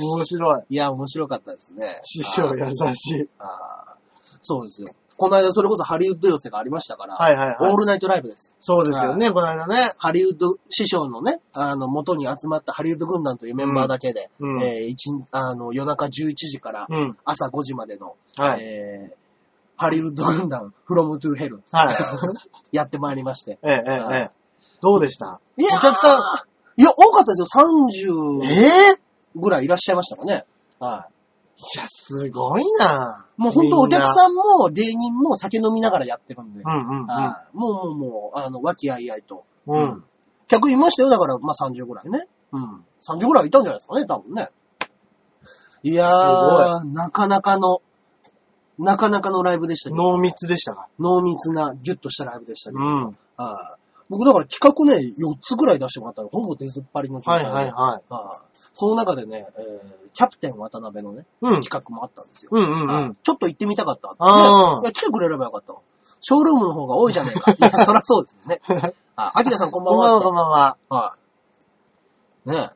Speaker 2: 面白い。
Speaker 1: いや、面白かったですね。
Speaker 2: 師匠優しい。
Speaker 1: あーあーそうですよ。この間、それこそハリウッド寄せがありましたから、
Speaker 2: はいはいはい
Speaker 1: オールナイトライブです。
Speaker 2: そうですよね、この間ね。
Speaker 1: ハリウッド師匠のね、あの、元に集まったハリウッド軍団というメンバーだけで、
Speaker 2: うんうん
Speaker 1: えー一日あの、夜中11時から
Speaker 2: うん。
Speaker 1: 朝5時までの、
Speaker 2: はい。
Speaker 1: えーハリウッド軍団、フロムトゥヘル、
Speaker 2: はい。
Speaker 1: やってまいりまして。
Speaker 2: ええ、ええ、ええ。どうでした
Speaker 1: いやー
Speaker 2: お客さ
Speaker 1: いや、多かったですよ。
Speaker 2: え
Speaker 1: 30
Speaker 2: え
Speaker 1: ぐらいいらっしゃいましたかね。はい。
Speaker 2: いや、すごいな
Speaker 1: もう本当お客
Speaker 2: ん
Speaker 1: さんも芸人も酒飲みながらやってるんで、
Speaker 2: な。うん
Speaker 1: はいもうもうもう、あの、和気あいあいと。
Speaker 2: うんうん。うん。
Speaker 1: 客いましたよ。だから、まあ、30ぐらいね。うん。30ぐらいいたんじゃないですかね、多分ね。いやー、なかなかの、なかなかのライブでしたけど、
Speaker 2: 濃密でしたか
Speaker 1: 濃密な、ギュッとしたライブでしたけど、
Speaker 2: うん。はい
Speaker 1: はい僕だから企画ね、4つぐらい出してもらったら、ほぼ出ずっぱりの状態
Speaker 2: は
Speaker 1: で。
Speaker 2: いはい。
Speaker 1: はいその中でね、えーキャプテン渡辺のね、
Speaker 2: うん。
Speaker 1: 企画もあったんですよ。
Speaker 2: うんうんう
Speaker 1: はい
Speaker 2: ん。
Speaker 1: ちょっと行ってみたかったってね、
Speaker 2: あー
Speaker 1: いや来てくれればよかったわショールームの方が多いじゃねえか。いや、そら そうですよね。あ、アキラさんこんば
Speaker 2: こ
Speaker 1: ん
Speaker 2: んばん
Speaker 1: はっ
Speaker 2: は
Speaker 1: て
Speaker 2: こんばんは。
Speaker 1: はい。ね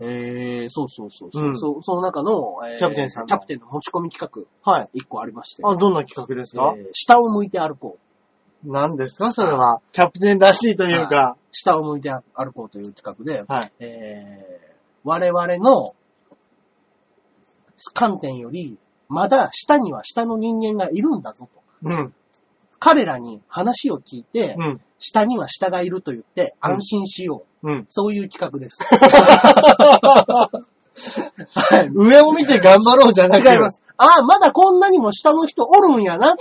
Speaker 1: え。えー、そうそうそうそう、
Speaker 2: うん
Speaker 1: そ。その中の、えー
Speaker 2: キャプテンさんの
Speaker 1: キャプテンの持ち込み企
Speaker 2: はい。
Speaker 1: 画、一個ありまして。
Speaker 2: あ、どんな企画ですか、
Speaker 1: えー下を向いて歩こう。
Speaker 2: 何ですかそれは。キャプテンらしいというか。
Speaker 1: 下を向いて歩こうという企画で、
Speaker 2: はい。
Speaker 1: えー、我々の観点より、まだ下には下の人間がいるんだぞと。
Speaker 2: うん。
Speaker 1: 彼らに話を聞いて、
Speaker 2: うん。
Speaker 1: 下には下がいると言って安心しよう。
Speaker 2: うん。
Speaker 1: そういう企画です。
Speaker 2: 上を見て頑張ろうじゃなく
Speaker 1: 違いま。す。ああ、まだこんなにも下の人おるんやな。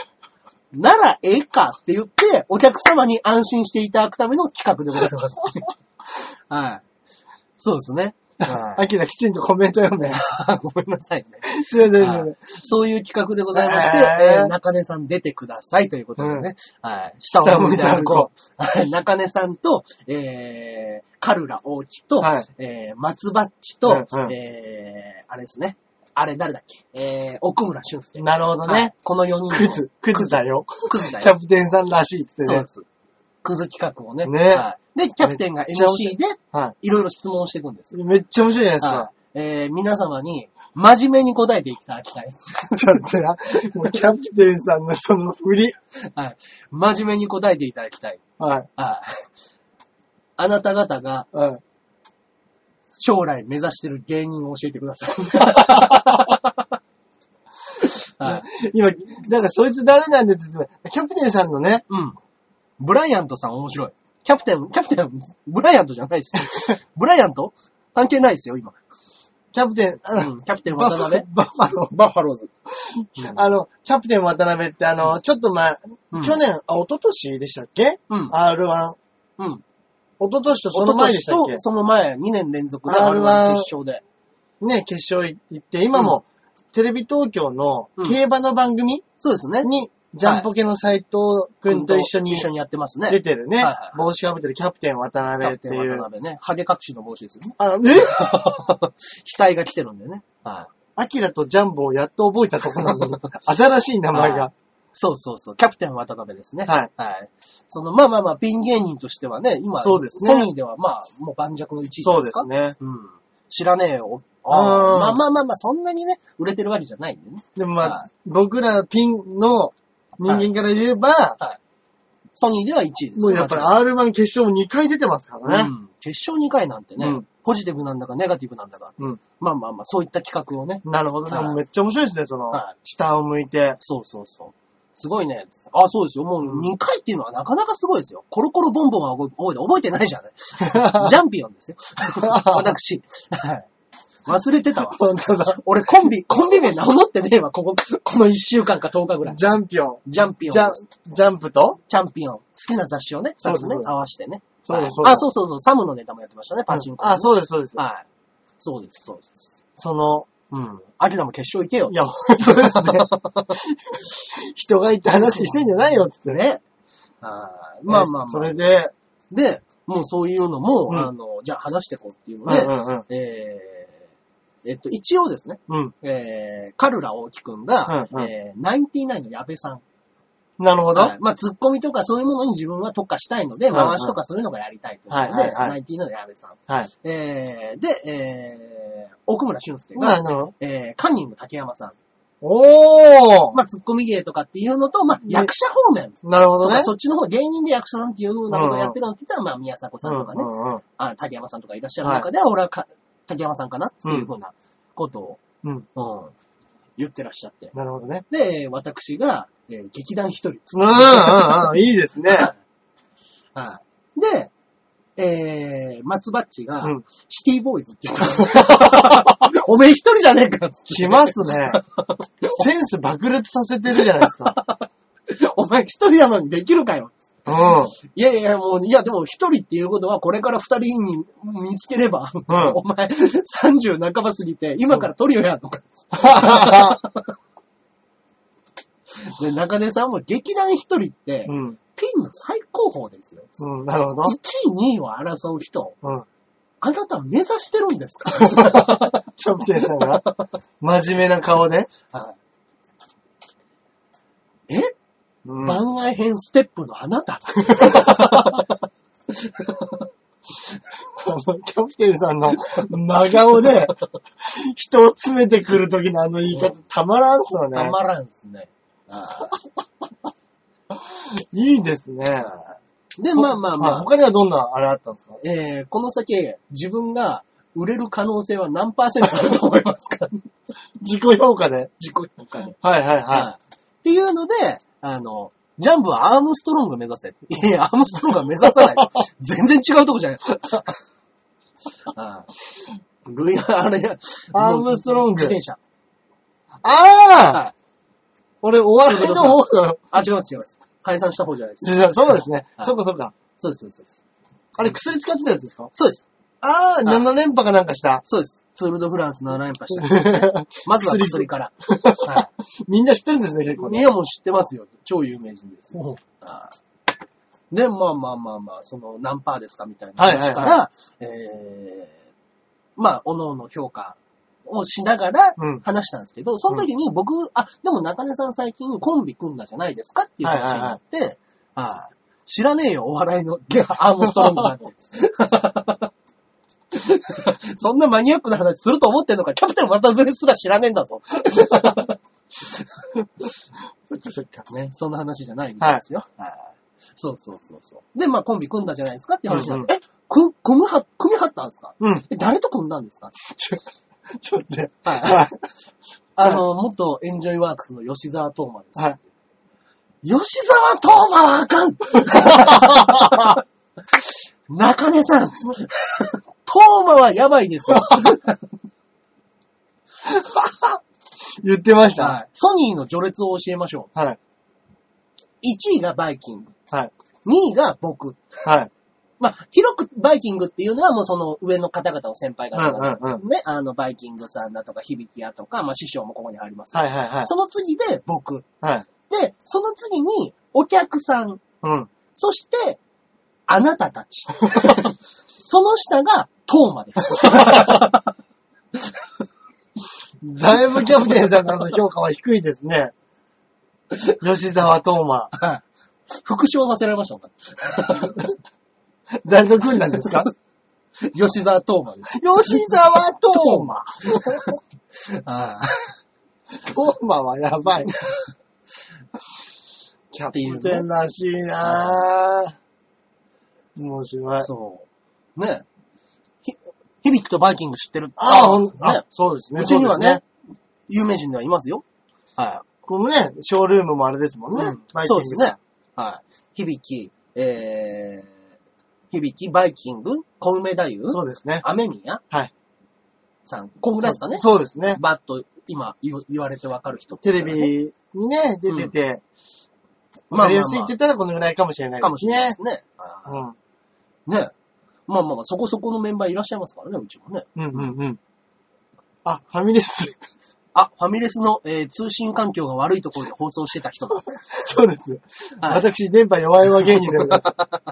Speaker 1: なら、ええかって言って、お客様に安心していただくための企画でございます。 はい。そうですね。は
Speaker 2: アキラきちんとコメント読め。い
Speaker 1: い、 ごめんなさいね。
Speaker 2: やいやいや
Speaker 1: はいそういう企画でございまして、
Speaker 2: へー
Speaker 1: えー中根さん出てくださいということでね、はい、下
Speaker 2: 下
Speaker 1: を
Speaker 2: を
Speaker 1: 向
Speaker 2: 向い
Speaker 1: い
Speaker 2: て
Speaker 1: て
Speaker 2: 歩
Speaker 1: 歩
Speaker 2: こ
Speaker 1: こう。はい中根さんと、えー、カルラ大木と、
Speaker 2: はい
Speaker 1: えー、松バッチと、
Speaker 2: うんうん
Speaker 1: えー、あれですね。あれ誰だっけえー、奥村俊介。
Speaker 2: なるほど
Speaker 1: は
Speaker 2: ね
Speaker 1: い。この4人の
Speaker 2: クズ、クズだよ。
Speaker 1: クズだ
Speaker 2: キャ
Speaker 1: よ。
Speaker 2: プテンさんらしいっつって
Speaker 1: そう
Speaker 2: ね
Speaker 1: で。す。クズ企画をね。
Speaker 2: ね
Speaker 1: はい、で、キャプテンが
Speaker 2: めっちゃ面白
Speaker 1: MC で、
Speaker 2: はい
Speaker 1: ろいろ質問をしていくんです。
Speaker 2: い。めっちゃ面白いじゃないですか
Speaker 1: は。い、えー、皆様に、真面目に答えていただきたい。
Speaker 2: ちょっとな。もうキャプテンさんのその振り。
Speaker 1: はい。真面目に答えていただきたい。
Speaker 2: はい。
Speaker 1: はい。あなた方が
Speaker 2: うん。
Speaker 1: 将来目指してる芸人を教えてくださ い。はい。
Speaker 2: 今、なんかそいつ誰なんだって言ってたキャプテンさんのね、
Speaker 1: うん。ブライアントさん面白い。キャプテン、キャプテン、ブライアントじゃな いですよ。ブライアント関係ないですよ、今。
Speaker 2: キャプテン、あの、
Speaker 1: うん、キャプテン
Speaker 2: バ
Speaker 1: 渡
Speaker 2: ッファ
Speaker 1: 辺
Speaker 2: バッファロー。
Speaker 1: バッファローズ。
Speaker 2: あの、キャプテン渡辺ってあの、ちょっと前、
Speaker 1: うん
Speaker 2: 去年、あ、一昨年でしたっけ
Speaker 1: うん。
Speaker 2: ?R1。
Speaker 1: うん。
Speaker 2: 一昨年とその前でしたっ
Speaker 1: 一昨
Speaker 2: け
Speaker 1: 年とその前、2年連続で
Speaker 2: R1
Speaker 1: R1 決勝で。
Speaker 2: ね、決勝行って、今も、テレビ東京の
Speaker 1: うん
Speaker 2: 競馬の番組
Speaker 1: そうですね。
Speaker 2: に、ジャンポケの斎藤くんと一緒に
Speaker 1: 一緒にやってますね。
Speaker 2: 出てるね
Speaker 1: はいはい、
Speaker 2: 帽子かぶってるキャプテン渡
Speaker 1: キ
Speaker 2: 辺
Speaker 1: ャ
Speaker 2: っ
Speaker 1: プ
Speaker 2: て
Speaker 1: テン
Speaker 2: い
Speaker 1: 渡
Speaker 2: う。
Speaker 1: 辺ね。ハゲ隠しの帽子ですよね。
Speaker 2: あ、え
Speaker 1: 額が来てるんでね。はい。
Speaker 2: アキラとジャンボをやっと覚えたとこなの に、新しい名前が。
Speaker 1: そうそうそう。キャプテン渡辺ですね。
Speaker 2: はい。
Speaker 1: はい。その、まあまあまあ、ピン芸人としてはね、今、
Speaker 2: そうですね
Speaker 1: ソニーではまあ、もう盤石の一位じゃ
Speaker 2: そ
Speaker 1: ないうで
Speaker 2: です
Speaker 1: か
Speaker 2: すね。
Speaker 1: うん。知らねえよ。
Speaker 2: あー
Speaker 1: まあまあまあまあ、そんなにね、売れてるわけじゃないんでね。
Speaker 2: でもま
Speaker 1: は
Speaker 2: あ、僕らピンの人間から言えば、
Speaker 1: ソニーでは1位ですね。
Speaker 2: もうやっぱり
Speaker 1: 間違
Speaker 2: R1 決勝2回出てますか
Speaker 1: いな
Speaker 2: らね。
Speaker 1: いうん。決勝2回なんてね、
Speaker 2: うん
Speaker 1: ポジティブなんだかネガティブなんだか。
Speaker 2: うん
Speaker 1: まあまあまあ、そういった企画をね。
Speaker 2: なるほどね。
Speaker 1: はい
Speaker 2: もうめっちゃ面白いですね、その
Speaker 1: はい、
Speaker 2: 下を向いて。
Speaker 1: そうそうそう。すごいね。あ、そうですよ。もう2回っていうのはなかなかすごいですよ。コロコロボンボンは覚えて、覚えてないじゃ ない。ジャンピオンですよ。私。はい忘れてたわ。
Speaker 2: 本当だ。
Speaker 1: 俺コンビ、コンビ名名乗ってねえわ、ここ、この1週間か10日ぐらい。
Speaker 2: ジャンピオン。
Speaker 1: ジャンピオン
Speaker 2: ジャン
Speaker 1: です、
Speaker 2: ジャンプと
Speaker 1: チャンピオン。好きな雑誌をね、
Speaker 2: そう
Speaker 1: 2
Speaker 2: です
Speaker 1: つ
Speaker 2: そ
Speaker 1: ね
Speaker 2: うで、す
Speaker 1: 合わせてね。
Speaker 2: そうですそうです
Speaker 1: あ、そうそうそう、サムのネタもやってましたね、パチンコ、
Speaker 2: あ、そうです、そうです
Speaker 1: う。。はい。そうです、そうです。
Speaker 2: その、
Speaker 1: うん。アキラも決勝行けよ
Speaker 2: い。や、本当ですね。 人がいて話してんじゃないよ、つってね。
Speaker 1: ね。あー まあまあ
Speaker 2: そ
Speaker 1: ま
Speaker 2: れ。
Speaker 1: あ
Speaker 2: で、
Speaker 1: で、もうそういうのも、
Speaker 2: うん
Speaker 1: あの、じゃあ話していこうっていう
Speaker 2: う
Speaker 1: の
Speaker 2: ん
Speaker 1: で、
Speaker 2: うん
Speaker 1: えー、えっと、一応ですね、
Speaker 2: うん。
Speaker 1: えー、カルラ大木くんが、
Speaker 2: うんうん
Speaker 1: えー、ナインティナインの矢部さん
Speaker 2: うん。なるほど。
Speaker 1: はい、まあ、ツッコミとかそういうものに自分は特化したいの
Speaker 2: は
Speaker 1: で、
Speaker 2: いはい
Speaker 1: 回しとかそういうのがやりたいということ
Speaker 2: はいは
Speaker 1: で、
Speaker 2: いはい
Speaker 1: ナインティの矢部さん。
Speaker 2: はい。
Speaker 1: えー、で、えー、奥村俊介
Speaker 2: な
Speaker 1: が、
Speaker 2: るほど。
Speaker 1: えー、カンニング竹山さん。
Speaker 2: おー
Speaker 1: まあ、ツッコミ芸とかっていうのと、まあ、役者方面
Speaker 2: なるほ
Speaker 1: と
Speaker 2: ど
Speaker 1: か、
Speaker 2: ね。
Speaker 1: そっちの方、芸人で役者なんていうようなことをやってるのって言ったら、まあ、宮迫さんとかね、
Speaker 2: うんうんうん
Speaker 1: あ竹山さんとかいらっしゃる中で、俺はか竹山さんかなっていうふうなことを、
Speaker 2: うん
Speaker 1: うん言ってらっしゃって。
Speaker 2: なるほどね。
Speaker 1: で、私が、えー劇団一人。
Speaker 2: うんうんうん。いいですね。
Speaker 1: はい。で、えー、松バッチが、
Speaker 2: うん
Speaker 1: シティボーイズって言った の。おめえ一人じゃねえかっつって
Speaker 2: 来ます ね。センス爆裂させてるじゃないですか。
Speaker 1: お前一人なのにできるかよっつって。
Speaker 2: うん。
Speaker 1: いやいや、もう、いや、でも一人っていうことは、これから二人に見つければ、 お前30半ば過ぎて、今からトリオやとかっつって。で、中根さんも劇団一人って、
Speaker 2: うん。
Speaker 1: ピンの最高峰ですよ。
Speaker 2: うん。なるほど。
Speaker 1: 1位、2位を争う人、
Speaker 2: うん。
Speaker 1: あなたは目指してるんです か
Speaker 2: キャプテンさんが、真面目な顔で。
Speaker 1: はいえ
Speaker 2: うん
Speaker 1: 番外編ステップのあなた
Speaker 2: の、キャプテンさんの真顔で、人を詰めてくる時のあの言い方、たまらんっすよね
Speaker 1: た。まらんですね。あ
Speaker 2: いいですね。
Speaker 1: ーで、まあまあま
Speaker 2: はい
Speaker 1: あ、
Speaker 2: 他にはどんなあれあったんですか
Speaker 1: えーこの先、自分が売れる可能性は何パーセントあると思いますか
Speaker 2: 自己評価で。
Speaker 1: 自己評価で。
Speaker 2: はいはいは
Speaker 1: はい。っていうので、あの、ジャンプはアームストロング目指せ。いやいや、アームストロングは目指さ ない。全然違うとこじゃないです か。あールイ、あれや、
Speaker 2: アームストロング
Speaker 1: 自転車。
Speaker 2: い。ああ
Speaker 1: はい。
Speaker 2: 俺、お笑いの方だ。
Speaker 1: あ、違います、違います。解散した方じゃないです。
Speaker 2: そうですね。
Speaker 1: はい
Speaker 2: そっかそっか。
Speaker 1: そうです、そうですそうです。
Speaker 2: あれ、薬使ってたやつですか
Speaker 1: そうです。
Speaker 2: ああ、7連覇かなんかした。
Speaker 1: そうです。ツールドフランス7連覇 した。まずは薬から。は
Speaker 2: みんな知ってるんですね、結構
Speaker 1: い。い
Speaker 2: ね。
Speaker 1: や、もう知ってますよ。超有名人ですよ。
Speaker 2: おう
Speaker 1: あーで、まあまあまあまあ、その何パーですかみたいな
Speaker 2: はいはいはい
Speaker 1: 話から、えーまあ、おのおの評価をしながら
Speaker 2: うん
Speaker 1: 話したんですけど、その時に僕、あ、でも中根さん最近コンビ組んだじゃないですかっていう話になって、あー知らねえよ、お笑いの ゲアームストロングなんて。そんなマニアックな話すると思ってんのか、キャプテン渡辺すら知らねえんだぞ。
Speaker 2: そっかそっか。
Speaker 1: ね、そんな話じゃないみたいですよ。はい。そうそうそうそう。で、まあコンビ組んだじゃないですかって話になって、え、く、組むは、組みはったんですか
Speaker 2: うん。
Speaker 1: え、誰と組んだんですか
Speaker 2: ちょ、ちょっと待って。
Speaker 1: はい。
Speaker 2: は
Speaker 1: あの、元エンジョイワークスの吉沢東馬で
Speaker 2: い。
Speaker 1: す。
Speaker 2: はい。
Speaker 1: 吉沢東馬はあかん 中根さん東 馬はやばい ですよ。
Speaker 2: 言ってました。
Speaker 1: はいソニーの序列を教えましょ
Speaker 2: はい。
Speaker 1: う。1位がバイキング。
Speaker 2: はい。
Speaker 1: 2位が僕。
Speaker 2: はい。
Speaker 1: まあ、広くバイキングっていうのはもうその上の方々を先輩方々
Speaker 2: うんうんう
Speaker 1: ね、あの、バイキングさんだとか、響き屋とか、まあ、師匠もここにあります、
Speaker 2: はいはいはい。
Speaker 1: その次で僕。
Speaker 2: はい。
Speaker 1: で、その次にお客さん。
Speaker 2: うん。
Speaker 1: そして、あなたた ち。その下が、トーマです。
Speaker 2: だいぶキャプテンさんからの評価は低いです ね。吉沢東馬。
Speaker 1: 復唱させられましたもんか。
Speaker 2: 誰と組んだんですか
Speaker 1: 吉沢トーマです。
Speaker 2: 吉沢東 馬。
Speaker 1: ああ。
Speaker 2: 東馬はやばい。キャ
Speaker 1: っていうね
Speaker 2: プテンらしいなぁ。面白い。
Speaker 1: そう。ね。ひ響きとバイキング知ってる。
Speaker 2: ああ、ほん、
Speaker 1: ね
Speaker 2: あ、そうですね。
Speaker 1: うちには
Speaker 2: そうです
Speaker 1: ね。、有名人ではいますよ。はい。
Speaker 2: このね、ショールームもあれですもんね。
Speaker 1: うん
Speaker 2: バイキ
Speaker 1: そ
Speaker 2: ン
Speaker 1: う
Speaker 2: グ
Speaker 1: ですね。。はい。響き、えー、響き、バイキング、小梅太夫、
Speaker 2: そうですね。
Speaker 1: アメミヤ
Speaker 2: はい
Speaker 1: さん、こんぐらいですかね。
Speaker 2: そうですね。
Speaker 1: バッと今言う言われてわかる人、
Speaker 2: テレ。ビにね、出てて、まあ、やすいって言ったらこのぐらいかもしれないですね。
Speaker 1: かもしれないですね。あ
Speaker 2: うん。
Speaker 1: ーね。まあまあまあ、そこそこのメンバーいらっしゃいますからね、うちもね。
Speaker 2: うんうんうん。あ、ファミレ ス。
Speaker 1: あ、ファミレスの、えー通信環境が悪いところで放送してた 人だ。
Speaker 2: そうです。
Speaker 1: はい
Speaker 2: 私、電波弱いわ芸人でございま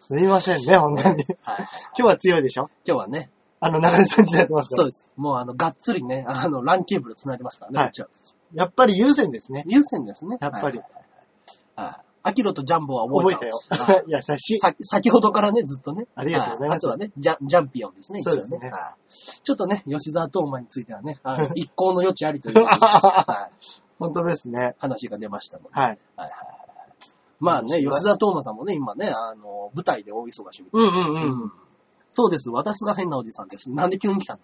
Speaker 2: す。すいませんね、本当に。今
Speaker 1: はい。
Speaker 2: 日は強いでしょ
Speaker 1: 今日はね、
Speaker 2: あの、中根さん時代やってますか
Speaker 1: そう
Speaker 2: ら。
Speaker 1: です。もうあの、がっつりね、 あの、ランケーブル繋いでますからね、
Speaker 2: はいう
Speaker 1: ちは。
Speaker 2: やっぱり優先ですね。
Speaker 1: 優先ですね。
Speaker 2: やっぱり
Speaker 1: はい。はいはいアキロとジャンボは覚
Speaker 2: 覚
Speaker 1: え
Speaker 2: え
Speaker 1: た
Speaker 2: たよ
Speaker 1: はい。
Speaker 2: 優しい。
Speaker 1: さ先ほどからね、ずっとね。
Speaker 2: ありがとうございます
Speaker 1: はあとはね、ジャンジャンピオンですね、一応
Speaker 2: そうです
Speaker 1: ね。
Speaker 2: ね
Speaker 1: はいちょっとね、吉沢東馬についてはね、 あの一向の余地ありという、はい
Speaker 2: 本当ですね。
Speaker 1: 話が出ましたので。
Speaker 2: はい。
Speaker 1: はいはいはいまあね、吉沢東馬さんもね、今ね、あの、舞台で大忙しみたい
Speaker 2: うんうんうん。
Speaker 1: うんそうです、私が変なおじさんです。なんで急に来たの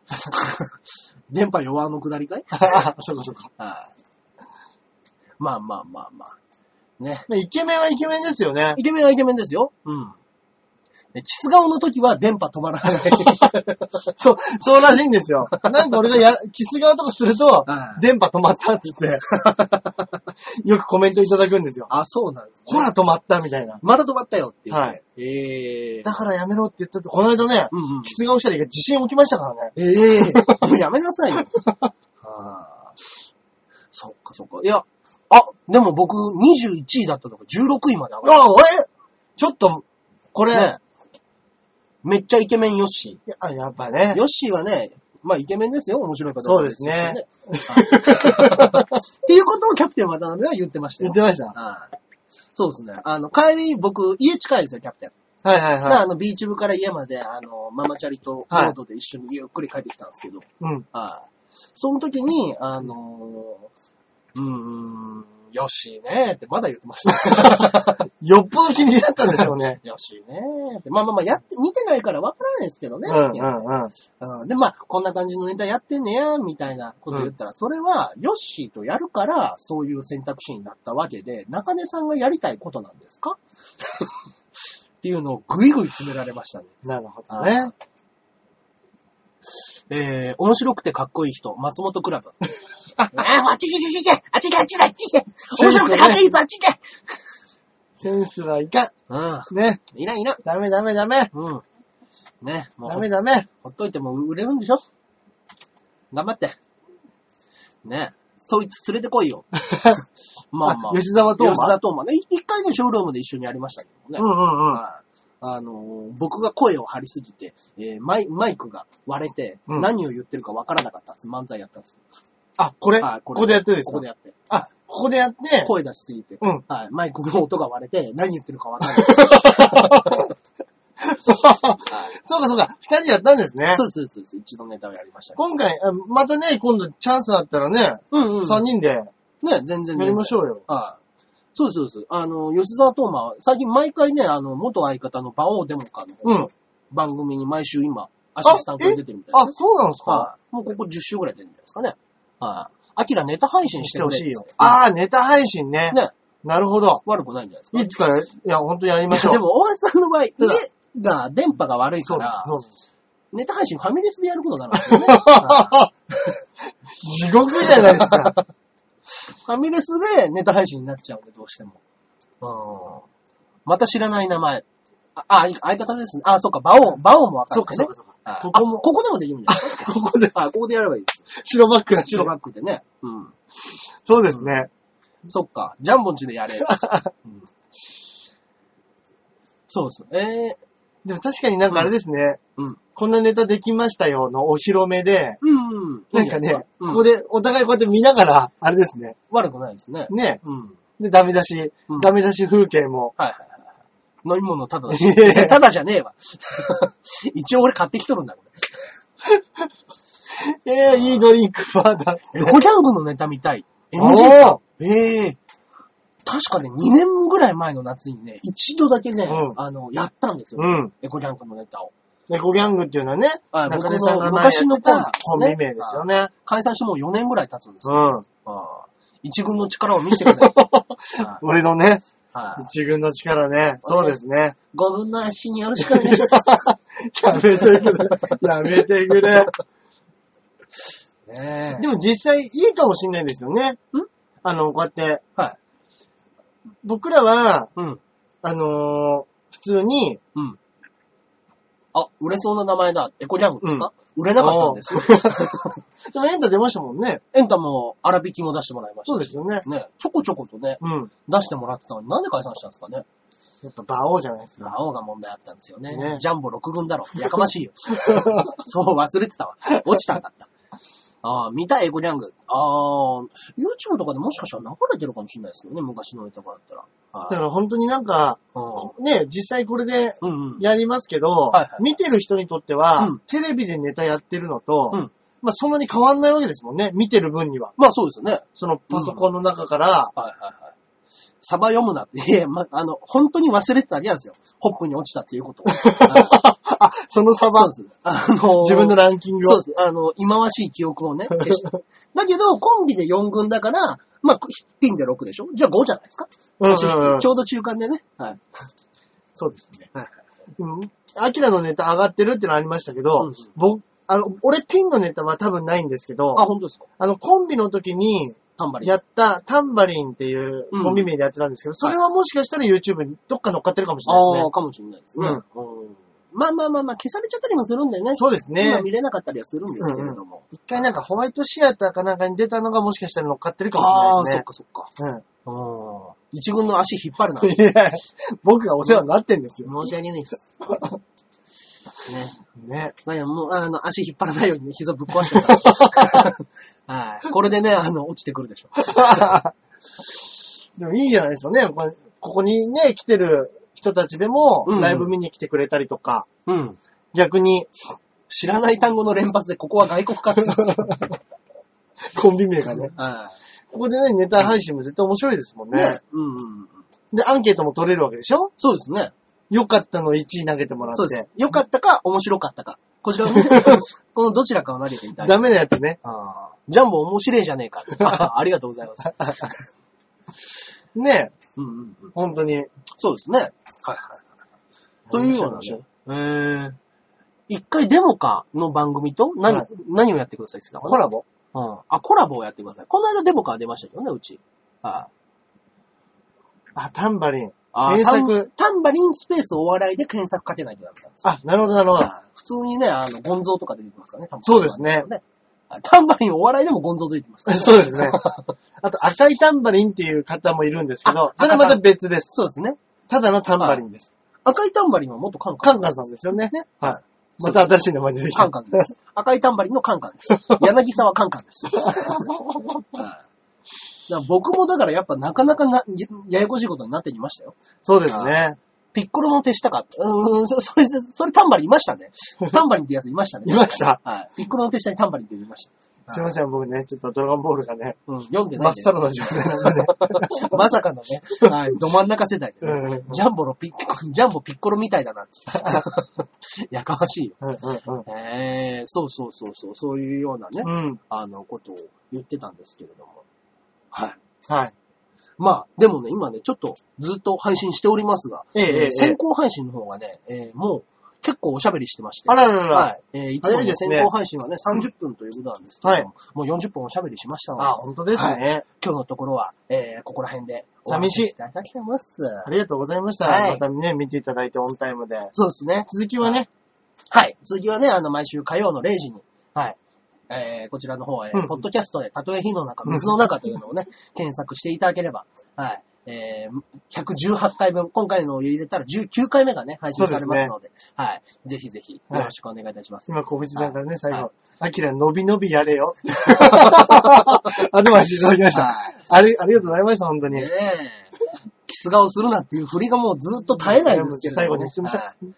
Speaker 1: 電波弱の下りかい
Speaker 2: あ そうかそうか。
Speaker 1: はいまあまあまあまあ。ね。
Speaker 2: イケメンはイケメンですよね。
Speaker 1: イケメンはイケメンですよ。うん。でキス顔の時は電波止まらない。
Speaker 2: そう、そうらしいんですよ。なんか俺がや、キス顔とかすると
Speaker 1: は、い
Speaker 2: 電波止まったっつって、 よくコメントいただくんですよ。
Speaker 1: あ、そうなんです
Speaker 2: ほら止まったみたいな。
Speaker 1: また止まったよっていう。
Speaker 2: はい。
Speaker 1: ええ
Speaker 2: だからやめろって言ったって、この間ね、
Speaker 1: うんうん
Speaker 2: キス顔したりが地震起きましたからね。
Speaker 1: ええもうやめな さいよ。あーそっかそっか。いや、あ、でも僕21位だったのが16位まで上がっ
Speaker 2: あ、おいちょっと、これ、
Speaker 1: た。ね。めっちゃイケメンヨッシ
Speaker 2: いやあやっぱね
Speaker 1: ー。、ヨッシーはね、まあイケメンですよ。面白い方
Speaker 2: そうですね
Speaker 1: ですよね。はいっていうことをキャプテン渡辺は言ってました
Speaker 2: 言
Speaker 1: よ
Speaker 2: っ。てました。
Speaker 1: はいそうですね。あの、帰り、僕、家近いんですよ、キャプテン。
Speaker 2: はいはい
Speaker 1: で
Speaker 2: はい。
Speaker 1: あの、ビーチ部から家まで、あの、ママチャリとロードで一緒にゆっくり帰ってきたんですけど、
Speaker 2: うん。
Speaker 1: はい。その時に、あのー、うーん、よしねーってまだ言って ました。。
Speaker 2: よっぽど気になったんでしょうね
Speaker 1: よしねーって。まあまあまあ、やって、見てないからわからないですけど
Speaker 2: う
Speaker 1: ね。
Speaker 2: んうんうん。
Speaker 1: うんで、まあ、こんな感じのネタやってんねや、みたいなこと言ったら、それは、ヨッシーとやるから、そういう選択肢になったわけで、中根さんがやりたいことなんですか っていうのをぐいぐい詰められましたね。
Speaker 2: なるほどね。
Speaker 1: えー、面白くてかっこいい人、松本クラブ。 あ、あっち行け、あっち行け、あっち行け、あっちだ、あっち行け。面白くてかっこいい人、あっち行け。
Speaker 2: センスはいか。
Speaker 1: うん
Speaker 2: ね。
Speaker 1: ん、いらんいらん。
Speaker 2: ダメダメダメ。
Speaker 1: うん。ね、もう
Speaker 2: ダメダメ。
Speaker 1: ほっといても売れるんでしょ頑張って。ねえ。そいつ連れてこい よ。まあまあ。
Speaker 2: 吉沢と
Speaker 1: 吉田斗真ね。い一回のショールームで一緒にやりましたけどね。
Speaker 2: うんうんうん。
Speaker 1: はいあのー僕が声を張りすぎて、えーマイ、マイクが割れて、
Speaker 2: うん
Speaker 1: 何を言ってるかわからなかったんです。漫才やったんです
Speaker 2: あ、これ、
Speaker 1: あ
Speaker 2: こ
Speaker 1: これ
Speaker 2: こでやってるんで
Speaker 1: けど、
Speaker 2: す
Speaker 1: ここ
Speaker 2: か
Speaker 1: でやって。
Speaker 2: あ、ここでやって、
Speaker 1: 声出しすぎて、
Speaker 2: うん
Speaker 1: はい、マイクの音が割れて、何言ってるかわから ない。はい
Speaker 2: そうかそうか、二人でやったんですね。
Speaker 1: そうです、そうですそうです。一度ネタをやりましたけど。
Speaker 2: 今回、あまたね、今度チャンスあったらね、
Speaker 1: うんうん。
Speaker 2: 三、人で
Speaker 1: ね、全然
Speaker 2: やりましょうよ。
Speaker 1: はい。そうです、そうです。あの、吉沢東馬は、最近毎回ね、あの、元相方の馬王デモカの
Speaker 2: うん。
Speaker 1: 番組に毎週今、アシスタントで出てるみたい
Speaker 2: あ
Speaker 1: で、すね。
Speaker 2: そうなんですか。
Speaker 1: はい。もうここ10週ぐらい出てるんじゃないですかね。はい。アキラネタ配信し
Speaker 2: してて
Speaker 1: く
Speaker 2: ほ
Speaker 1: れ
Speaker 2: しいよ
Speaker 1: っつっ。て
Speaker 2: あー、ネタ配信ね。
Speaker 1: ね
Speaker 2: なるほど。
Speaker 1: 悪くないんじゃないですか。
Speaker 2: いつから、いや、本当にやりましょう。
Speaker 1: でも、大橋さんの場合、家
Speaker 2: そうだ
Speaker 1: が電波が悪い
Speaker 2: そ
Speaker 1: か
Speaker 2: うだ
Speaker 1: ら、
Speaker 2: そうだ
Speaker 1: ネタ配信ファミレスでやることになるんですよね。はい
Speaker 2: 地獄じゃないですか。
Speaker 1: ファミレスでネタ配信になっちゃうんで、どうしても。うん。また知らない名前。あ、あ相方ですね。あ、そうか、バオン、バオンもわかる、
Speaker 2: そ
Speaker 1: ね。
Speaker 2: うかそうかそうか。
Speaker 1: あ
Speaker 2: ここも
Speaker 1: あここでもできるんじゃないですか
Speaker 2: ここで
Speaker 1: あ、ここでやればいいです。
Speaker 2: 白バックだし
Speaker 1: 白。バックでね。うん。
Speaker 2: そうですね。
Speaker 1: そっか。ジャンボンチでやれ。 うんそうです。えー、
Speaker 2: でも確かになんかあれですね。
Speaker 1: うん。
Speaker 2: こんなネタできましたよのお披露目で、
Speaker 1: うん。
Speaker 2: なんかね、
Speaker 1: う
Speaker 2: ここでお互いこうやって見ながら、あれですね。
Speaker 1: 悪くないですね。
Speaker 2: ね。
Speaker 1: うん。はい
Speaker 2: で、ダメ出し、
Speaker 1: うん
Speaker 2: ダメ出し風景も。
Speaker 1: はいはい。飲み物ただだし
Speaker 2: いやいやいや
Speaker 1: ただじゃねえ わ。一応俺買ってきとるんだ、これ。
Speaker 2: ええいいドリンクバーだっつって。
Speaker 1: エコギャングのネタ見たい。
Speaker 2: お
Speaker 1: MG
Speaker 2: ー
Speaker 1: さん。ええ確かね、2年ぐらい前の夏にね、一度だけね、
Speaker 2: うん
Speaker 1: あの、やったんですよ。
Speaker 2: うん。
Speaker 1: エコギャングのネタを。
Speaker 2: 猫ギャングっていうのはね、
Speaker 1: はい
Speaker 2: 中根
Speaker 1: 僕の
Speaker 2: さんが前やって
Speaker 1: 昔の
Speaker 2: た
Speaker 1: コ
Speaker 2: コ
Speaker 1: ン
Speaker 2: ンビ
Speaker 1: ビですね
Speaker 2: 名ですよね。
Speaker 1: 解散してもう4年ぐらい経つんです
Speaker 2: う
Speaker 1: よ。
Speaker 2: ん。
Speaker 1: ああ一軍の力を見せてください。はい
Speaker 2: 俺のね、
Speaker 1: はい
Speaker 2: 一軍の力ね。そうですね。
Speaker 1: 五軍の足によろし くお願いします。
Speaker 2: やめてくれ。やめてくれ。
Speaker 1: ね
Speaker 2: でも実際いいかもしんないですよね。あの、こうやって、
Speaker 1: はい。
Speaker 2: 僕らは、
Speaker 1: うん。
Speaker 2: あのー普通に、
Speaker 1: うん。あ、売れそうな名前だ。エコギャングですか、売れなかったんですよ。
Speaker 2: でもエンタ出ましたもんね。
Speaker 1: エンタも粗挽きも出してもらいました。
Speaker 2: そうですよね。
Speaker 1: ねちょこちょことね、
Speaker 2: うん。
Speaker 1: 出してもらってたのになんで解散したんですかね。
Speaker 2: やっぱ馬王じゃないですか。
Speaker 1: 青が問題あったんですよね。
Speaker 2: ね
Speaker 1: ジャンボ6軍だろ。やかましいよ。 そう、忘れてたわ。落ちたんだった。ああ、見たいエコギャング。ああ、YouTube とかでもしかしたら流れてるかもしれないですけどね、昔のネタからだったら。
Speaker 2: だ
Speaker 1: はい
Speaker 2: から本当になんか、
Speaker 1: う
Speaker 2: ね、実際これで
Speaker 1: んうんうん。
Speaker 2: やりますけど、
Speaker 1: はいはい
Speaker 2: 見てる人にとっては、
Speaker 1: うん
Speaker 2: テレビでネタやってるのと、
Speaker 1: うん
Speaker 2: まあそんなに変わんないわけですもんね。見てる分には。
Speaker 1: まあそうですよね。はい
Speaker 2: そのパソコンの中から、
Speaker 1: はいはい。サバ読むなって、 いや、ま、あの、本当に忘れてたわけなんですよ。ホップに落ちたっていう ことを。はい
Speaker 2: あ、その差
Speaker 1: そう
Speaker 2: は
Speaker 1: です。あの、
Speaker 2: 自分のランキング
Speaker 1: そう
Speaker 2: を
Speaker 1: で。す。あの、忌まわしい記憶 をね、消した。だけど、コンビで4軍だから、まあ、ピンで6でしょじゃあ5じゃないですか、
Speaker 2: うんうんうん
Speaker 1: 差し引きちょうど中間でね。はい。
Speaker 2: そうですね
Speaker 1: はい。
Speaker 2: うん。アキラのネタ上がってるってのありましたけ
Speaker 1: うんう
Speaker 2: ど
Speaker 1: ん、
Speaker 2: 僕、あの、俺ピンのネタは多分ないんですけど、
Speaker 1: あ、本当ですか
Speaker 2: あの、コンビの時に
Speaker 1: タンバリン。
Speaker 2: やったタンバリンっていう
Speaker 1: うん
Speaker 2: コンビ名でやってたんですけど、それはもしかしたら YouTube にどっか乗っかってるかもしれないです
Speaker 1: あ
Speaker 2: ね
Speaker 1: あ、。かもしれないですね。
Speaker 2: うん
Speaker 1: うんまあまあまあまあ、消されちゃったりもするんでね。
Speaker 2: そうですね
Speaker 1: 今。見れなかったりはするんですけれども。
Speaker 2: 一回なんかホワイトシアターかなんかに出たのがもしかしたら乗っかってるかも
Speaker 1: ああ、
Speaker 2: し
Speaker 1: そ
Speaker 2: れ
Speaker 1: っ
Speaker 2: ない
Speaker 1: かそっか。
Speaker 2: ですね。
Speaker 1: うん。一軍の足引っ張るな。
Speaker 2: う
Speaker 1: 申
Speaker 2: ん。いや、僕がお世話になってんですよ。
Speaker 1: し訳ないです。 ね。
Speaker 2: ね。
Speaker 1: まあいや、もう、あの、足引っ張らないように膝ぶっ壊して るから。はい。これでね、あの、落ちてくるでしょ。
Speaker 2: でもいいじゃないですよね。ここここにね、来てる人たちでも
Speaker 1: うん、
Speaker 2: ライブ見に来てくれたりとか、
Speaker 1: うん。
Speaker 2: 逆に、
Speaker 1: 知らない単語の連発で、ここは外国活動 ですよ。
Speaker 2: コンビ名がね。
Speaker 1: は
Speaker 2: ここでね、ネタ配信も絶対面白いですもん
Speaker 1: い。ね
Speaker 2: ね。。
Speaker 1: うんうん。
Speaker 2: で、アンケートも取れるわけでしょ
Speaker 1: そうですね。
Speaker 2: 良かったの1位投げてもら
Speaker 1: そう
Speaker 2: っ
Speaker 1: です
Speaker 2: て。。
Speaker 1: 良かったか、面白かったか。こちらを見て このどちらかを投げていただいて。
Speaker 2: ダメなやつね。
Speaker 1: あージャンボ面白いじゃねえか。あーありがとうござい ます。
Speaker 2: ね
Speaker 1: うんうんうん。
Speaker 2: 本当に。
Speaker 1: そうですね。はいはい。というようなね。えー一回デモカの番組と何、
Speaker 2: はい
Speaker 1: 何をやってくださいですか
Speaker 2: コラボ
Speaker 1: うん。あ、コラボをやってください。この間デモカー出ましたけどね、うち。はい
Speaker 2: あ、タンバリン。
Speaker 1: あ
Speaker 2: 検索
Speaker 1: タンタンバリンスペースお笑いで検索かけないとダメなんですよ。
Speaker 2: あ、なるほど、なるほど。
Speaker 1: あ普通にね、あの、ゴンゾーとか出てきますからね、多分
Speaker 2: そうですね。
Speaker 1: あタンバリンお笑いでもゴンゾー出てきますから、ね。
Speaker 2: そうですね。あと、赤いタンバリンっていう方もいるんですけど
Speaker 1: あ、
Speaker 2: それはまた別です。
Speaker 1: そうですね。
Speaker 2: ただのタンバリンです。
Speaker 1: 赤いタンバリンは元カンカ
Speaker 2: カ
Speaker 1: ン。
Speaker 2: ンカンさんですよね。
Speaker 1: ね
Speaker 2: はい。また新しい名前出てき
Speaker 1: カ
Speaker 2: た
Speaker 1: ン。カンです。赤いタンバリンのカンカン です。柳沢カンカンです。はいだから僕もだからやっぱなかなかな、ややこしいことになってきましたよ。
Speaker 2: そうですね。
Speaker 1: ピッコロの手下か。うーん、そそれ、それタンバリンいましたね。タンバリンってやついましたね。
Speaker 2: いました。
Speaker 1: はい。ピッコロの手下にタンバリンって言いました。
Speaker 2: すいま
Speaker 1: せん。
Speaker 2: せん、僕ね、ちょっとドラゴンボールがね、
Speaker 1: うん、読んで
Speaker 2: 真っ
Speaker 1: ないんで、
Speaker 2: さらな状態なんでね。
Speaker 1: まさかのね、はい、ど真ん中世代で、ね
Speaker 2: うんうんうん
Speaker 1: ジャンボのピッコ、ジャンボピッコロみたいだな、つ って。やかましいよ。
Speaker 2: うん うん
Speaker 1: ええそうそうそうそう、そういうようなね、
Speaker 2: うん。うん。
Speaker 1: あの、ことを言ってたんですけれども。はい。
Speaker 2: はい。
Speaker 1: まあ、でもね、今ね、ちょっとずっと配信しておりますが、
Speaker 2: ええええ
Speaker 1: 先行配信の方がね、えーもう結構おしゃべりしてまして。
Speaker 2: あらららら
Speaker 1: はい。えーいつも
Speaker 2: 早い
Speaker 1: ね
Speaker 2: です
Speaker 1: 先
Speaker 2: ね
Speaker 1: 行配信はね、30分ということなんですけれども、もう40分おしゃべりしましたので、
Speaker 2: あ、本当ですね。
Speaker 1: 今日のところは、えーここら辺で
Speaker 2: 寂しい
Speaker 1: お話いただきます。
Speaker 2: ありがとうございました。
Speaker 1: はい
Speaker 2: またね、見ていただいてオンタイムで。
Speaker 1: そうですね。
Speaker 2: 続きはね、
Speaker 1: はい。次はね、あの、毎週火曜の0時に、はい。えー、こちらの方、えー
Speaker 2: うん
Speaker 1: ポッドキャストで、たとえ火の中、水の中というのをね、検索していただければ、はい。えー、118回分、今回のを入れたら19回目がね、配信されますので、はい。ぜひぜひ、よろしくお願いいたします。
Speaker 2: 今、小藤さんからね、最
Speaker 1: はい
Speaker 2: 後、アキラ、伸び伸びやれ よ。アドバイスいただきました。
Speaker 1: はい。
Speaker 2: あり、ありがとうございました、本当
Speaker 1: ね
Speaker 2: に。
Speaker 1: え。キス顔するなっていう振りがもうずっと絶えないんですけれど
Speaker 2: 最後
Speaker 1: も
Speaker 2: に
Speaker 1: ね
Speaker 2: 行きましょ。
Speaker 1: はいう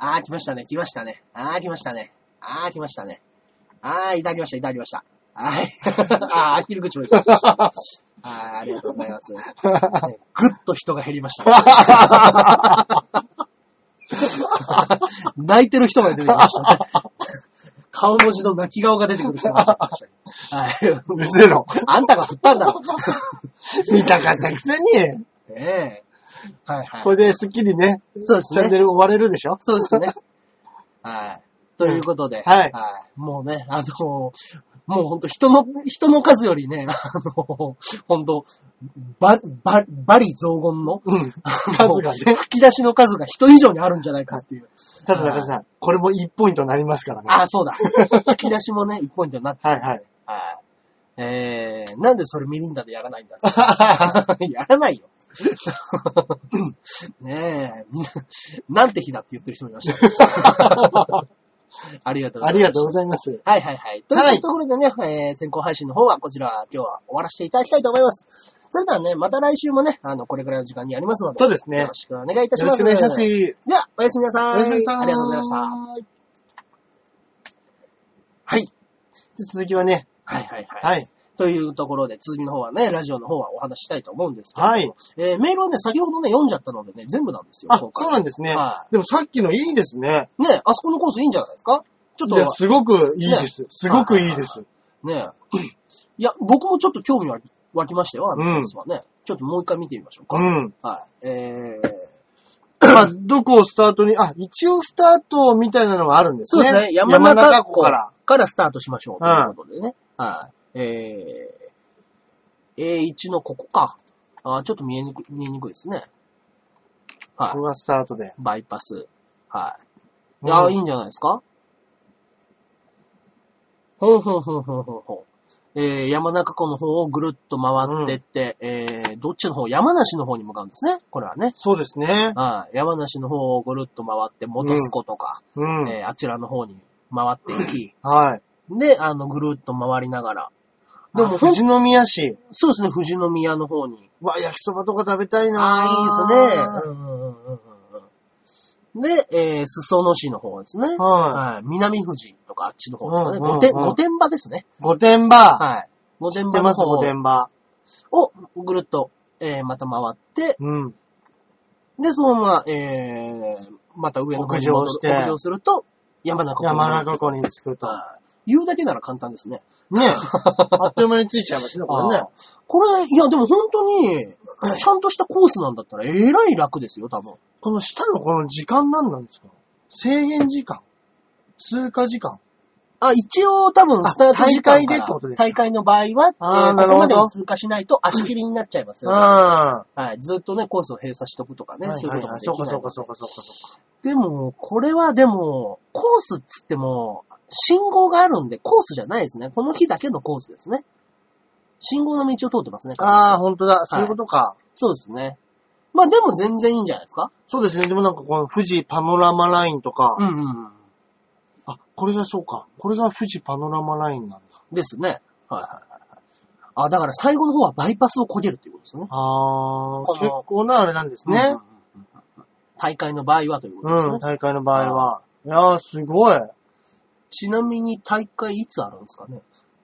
Speaker 1: あー、来ましたね、来ましたね。あー、来ましたね。あー、来ましたね。あー、いただきました、いただきました。はい。 あー、アヒル口もいただきました。あー、ありがとうございます。ねぐっと人が減りました、 泣いてる人が出てきましたね。顔文字の泣き顔が出てくる人が出てきましたね。はい。
Speaker 2: うせろ。
Speaker 1: あんたが振ったんだろ。
Speaker 2: 見たかったくせに、
Speaker 1: ねえ。はいはい
Speaker 2: こ。れでスッキリね、
Speaker 1: そうです
Speaker 2: チャンネ
Speaker 1: ね。
Speaker 2: ル終われるでしょ
Speaker 1: そうですね。はい。ということで、
Speaker 2: はい
Speaker 1: もうね、あのーもうほんと人の、人の数よりね、あのーほんと、ば、ば、ばり雑言の、
Speaker 2: うん。数がね。
Speaker 1: 吹き出しの数が人以上にあるんじゃないかっていう。
Speaker 2: ただ中田さん、これも1ポイントになりますからね。
Speaker 1: ああ、そうだ。吹き出しもね、1ポイントになってる
Speaker 2: はいはい。
Speaker 1: はい。えー、なんでそれミリンダでやらな いんだってやらないよ。 ねえ、みんななんて日だって言ってる人もいまし たね。ありがとうございます。
Speaker 2: ありがとうございます。
Speaker 1: はいはいはい。というところでね、えー先行配信の方はこちら今日は終わらせていただきたいと思います。それではね、また来週もね、あの、これぐらいの時間にありますので、
Speaker 2: そうですね
Speaker 1: よろしくお願いいたし
Speaker 2: よろ
Speaker 1: ま
Speaker 2: し
Speaker 1: す。
Speaker 2: くお願いします。お
Speaker 1: では、おやすみなさい。
Speaker 2: やすみなさい。
Speaker 1: ありがとうございました。はい。
Speaker 2: で続きはね、
Speaker 1: はいはいはい。
Speaker 2: はい。
Speaker 1: というところで、続きの方はね、ラジオの方はお話ししたいと思うんですけれども、
Speaker 2: はい
Speaker 1: えーメールはね、先ほどね、読んじゃったのでね、全部なんですよ。
Speaker 2: あ、
Speaker 1: 今回
Speaker 2: そうなんですね
Speaker 1: は。
Speaker 2: でもさっきのいいですね。
Speaker 1: ね、あそこのコースいいんじゃないですかちょっ
Speaker 2: い
Speaker 1: と
Speaker 2: や、、すごくいいです。すごくいいです。
Speaker 1: ね、いや、僕もちょっと興味は湧きましたよ、あのコースはね。ちょっともう一回見てみましょうか。
Speaker 2: うん。
Speaker 1: はい。えー、
Speaker 2: まあ、どこをスタートに、あ、一応スタートみたいなのはあるんです
Speaker 1: そう
Speaker 2: ね。
Speaker 1: ですね。山中湖
Speaker 2: 湖
Speaker 1: か
Speaker 2: からら。
Speaker 1: スタートしましょう。ということでね。はい。えー、A1 のここか。あーちょっと見えにくい、見えにくいですね。はい
Speaker 2: ここ。がスタートで。
Speaker 1: バイパス。はい。
Speaker 2: うん
Speaker 1: いや、いいんじゃないですかほんほんほんほんほんほん。えー、山中湖の方をぐるっと回ってって、えー、どっちの方山梨の方に向かうんですね。これはね。
Speaker 2: そうですね。
Speaker 1: はい。山梨の方をぐるっと回って、元栖湖とか、
Speaker 2: うん。
Speaker 1: えー、あちらの方に回っていき、
Speaker 2: はい。
Speaker 1: で、あの、ぐるっと回りながら。
Speaker 2: で
Speaker 1: でも、
Speaker 2: も、
Speaker 1: ほん
Speaker 2: 富士宮市。
Speaker 1: そうですね、富士宮の方に。
Speaker 2: うわ、焼きそばとか食べたいな
Speaker 1: ああ、いいですね。うんうんうんうんで、えー、裾野市の方ですね。
Speaker 2: は
Speaker 1: はい。南富士とかあっちの方ですかね。
Speaker 2: うんうんうん
Speaker 1: 御殿、御殿場ですね。
Speaker 2: い。御殿場。
Speaker 1: はい。御
Speaker 2: 知
Speaker 1: 殿
Speaker 2: って
Speaker 1: 場の
Speaker 2: ます、御
Speaker 1: 方
Speaker 2: 殿場。
Speaker 1: をぐるっと、えー、また回って、
Speaker 2: うん。
Speaker 1: で、そのまま、えー、また上の方に
Speaker 2: 北上
Speaker 1: 戻る
Speaker 2: して
Speaker 1: 北上すると、山中湖に
Speaker 2: 山中湖に着くと。
Speaker 1: 言うだけなら簡単ですね。
Speaker 2: ねえ。あっという間に着いちゃいますね、これね
Speaker 1: あー。これ、いや、でも本当に、 ちゃんとしたコースなんだったら、えらい楽ですよ、多分。
Speaker 2: この下のこの時間何なんですか制限時間通過時間
Speaker 1: あ、一応多分、スタート時間
Speaker 2: 大会
Speaker 1: か
Speaker 2: でっ
Speaker 1: ら
Speaker 2: てことですか
Speaker 1: 大会の場合は、
Speaker 2: あー
Speaker 1: えー
Speaker 2: なる
Speaker 1: ここ
Speaker 2: ほど
Speaker 1: までに通過しないと足切りになっちゃいますよ、
Speaker 2: あ
Speaker 1: はい。ずっとね、コースを閉鎖しとくとか
Speaker 2: あ。
Speaker 1: ね、
Speaker 2: はい
Speaker 1: そういう
Speaker 2: はい
Speaker 1: こと
Speaker 2: は
Speaker 1: も
Speaker 2: い
Speaker 1: できな
Speaker 2: そう
Speaker 1: いの
Speaker 2: か
Speaker 1: で。
Speaker 2: そうかそうかそうかそうか。
Speaker 1: でも、これはでも、コースっつっても、信号があるんで、コースじゃないですね。この日だけのコースですね。信号の道を通ってますね。
Speaker 2: ああ、ほんとだ。そういうことか。
Speaker 1: そうですね。まあでも全然いいんじゃないですか
Speaker 2: そうですね。でもなんかこの富士パノラマラインとか。
Speaker 1: んうんうん。
Speaker 2: あ、これがそうか。これが富士パノラマラインなんだ。
Speaker 1: ですね。はいはいはいはい。あ、だから最後の方はバイパスをこげるっていうことですね。
Speaker 2: ああ
Speaker 1: こ、の
Speaker 2: 結構なあれなんですね。
Speaker 1: うんうんうんうん。大会の場合はということですね。
Speaker 2: うん、大会の場合は。いやー、すごい。
Speaker 1: ちなみに大会いつあるんですかね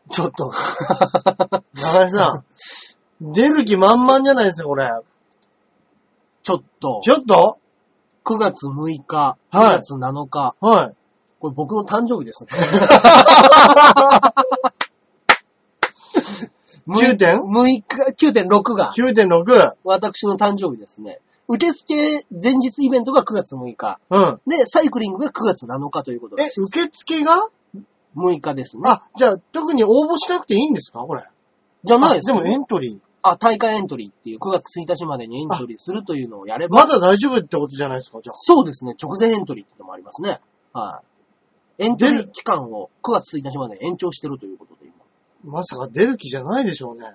Speaker 2: ちょっと。中井さ ん、出る気満々じゃないですか、これ。
Speaker 1: ちょっと、
Speaker 2: ちょっと
Speaker 1: 9月6日、9
Speaker 2: はい
Speaker 1: 月7日、
Speaker 2: はい。
Speaker 1: これ僕の誕生 日ですね。
Speaker 2: 9点
Speaker 1: ?6 日、9.6が
Speaker 2: ?9.6。
Speaker 1: 私の誕生日ですね。受付前日イベントが9月6日。
Speaker 2: うん。
Speaker 1: で、サイクリングが9月7日ということで
Speaker 2: え、、受付が
Speaker 1: 6日ですね。
Speaker 2: あ、じゃあ、特に応募しなくていいんですかこれ。
Speaker 1: じゃないです
Speaker 2: で
Speaker 1: か
Speaker 2: もエントリー。
Speaker 1: あ、大会エントリーっていう、9月1日までにエントリーするというのをやれば、
Speaker 2: まだ大丈夫ってことじゃないですか、じゃあ。
Speaker 1: そうですね、直前エントリーってのもありますね。はい。エントリ
Speaker 2: 出
Speaker 1: ー期間を9月1日まで延長してるということで、今。
Speaker 2: まさか出る気じゃないでしょうね。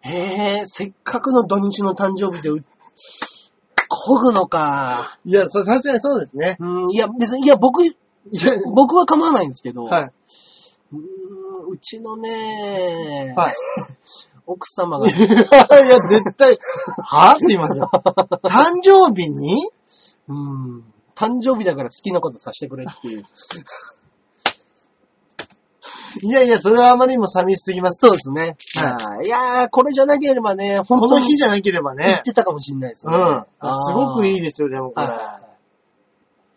Speaker 1: へえ、せっかくの土日の誕生日でう、こぐのか。
Speaker 2: いや、ささすがにそうですね。
Speaker 1: うん、いや、別に、いや、 僕、
Speaker 2: いや、
Speaker 1: 僕は構わないんですけど、
Speaker 2: は
Speaker 1: うーんうちのね、
Speaker 2: い。はい。
Speaker 1: 奥様 が、
Speaker 2: いや、絶対、はって言いますよ。 誕生日に
Speaker 1: うん、誕生日だから好きなことさせてくれっ ていう。
Speaker 2: いやいや、それはあまりにも寂しすぎます。
Speaker 1: そうですね。はい。いやー、これじゃなければね、本
Speaker 2: こ
Speaker 1: 当
Speaker 2: の
Speaker 1: に
Speaker 2: 日じゃなければ
Speaker 1: 言っ
Speaker 2: ね。
Speaker 1: てたかもしれないで す
Speaker 2: うん。
Speaker 1: ね。
Speaker 2: あすごくいい
Speaker 1: い。
Speaker 2: ですよ、でもこ
Speaker 1: は
Speaker 2: れ
Speaker 1: い。。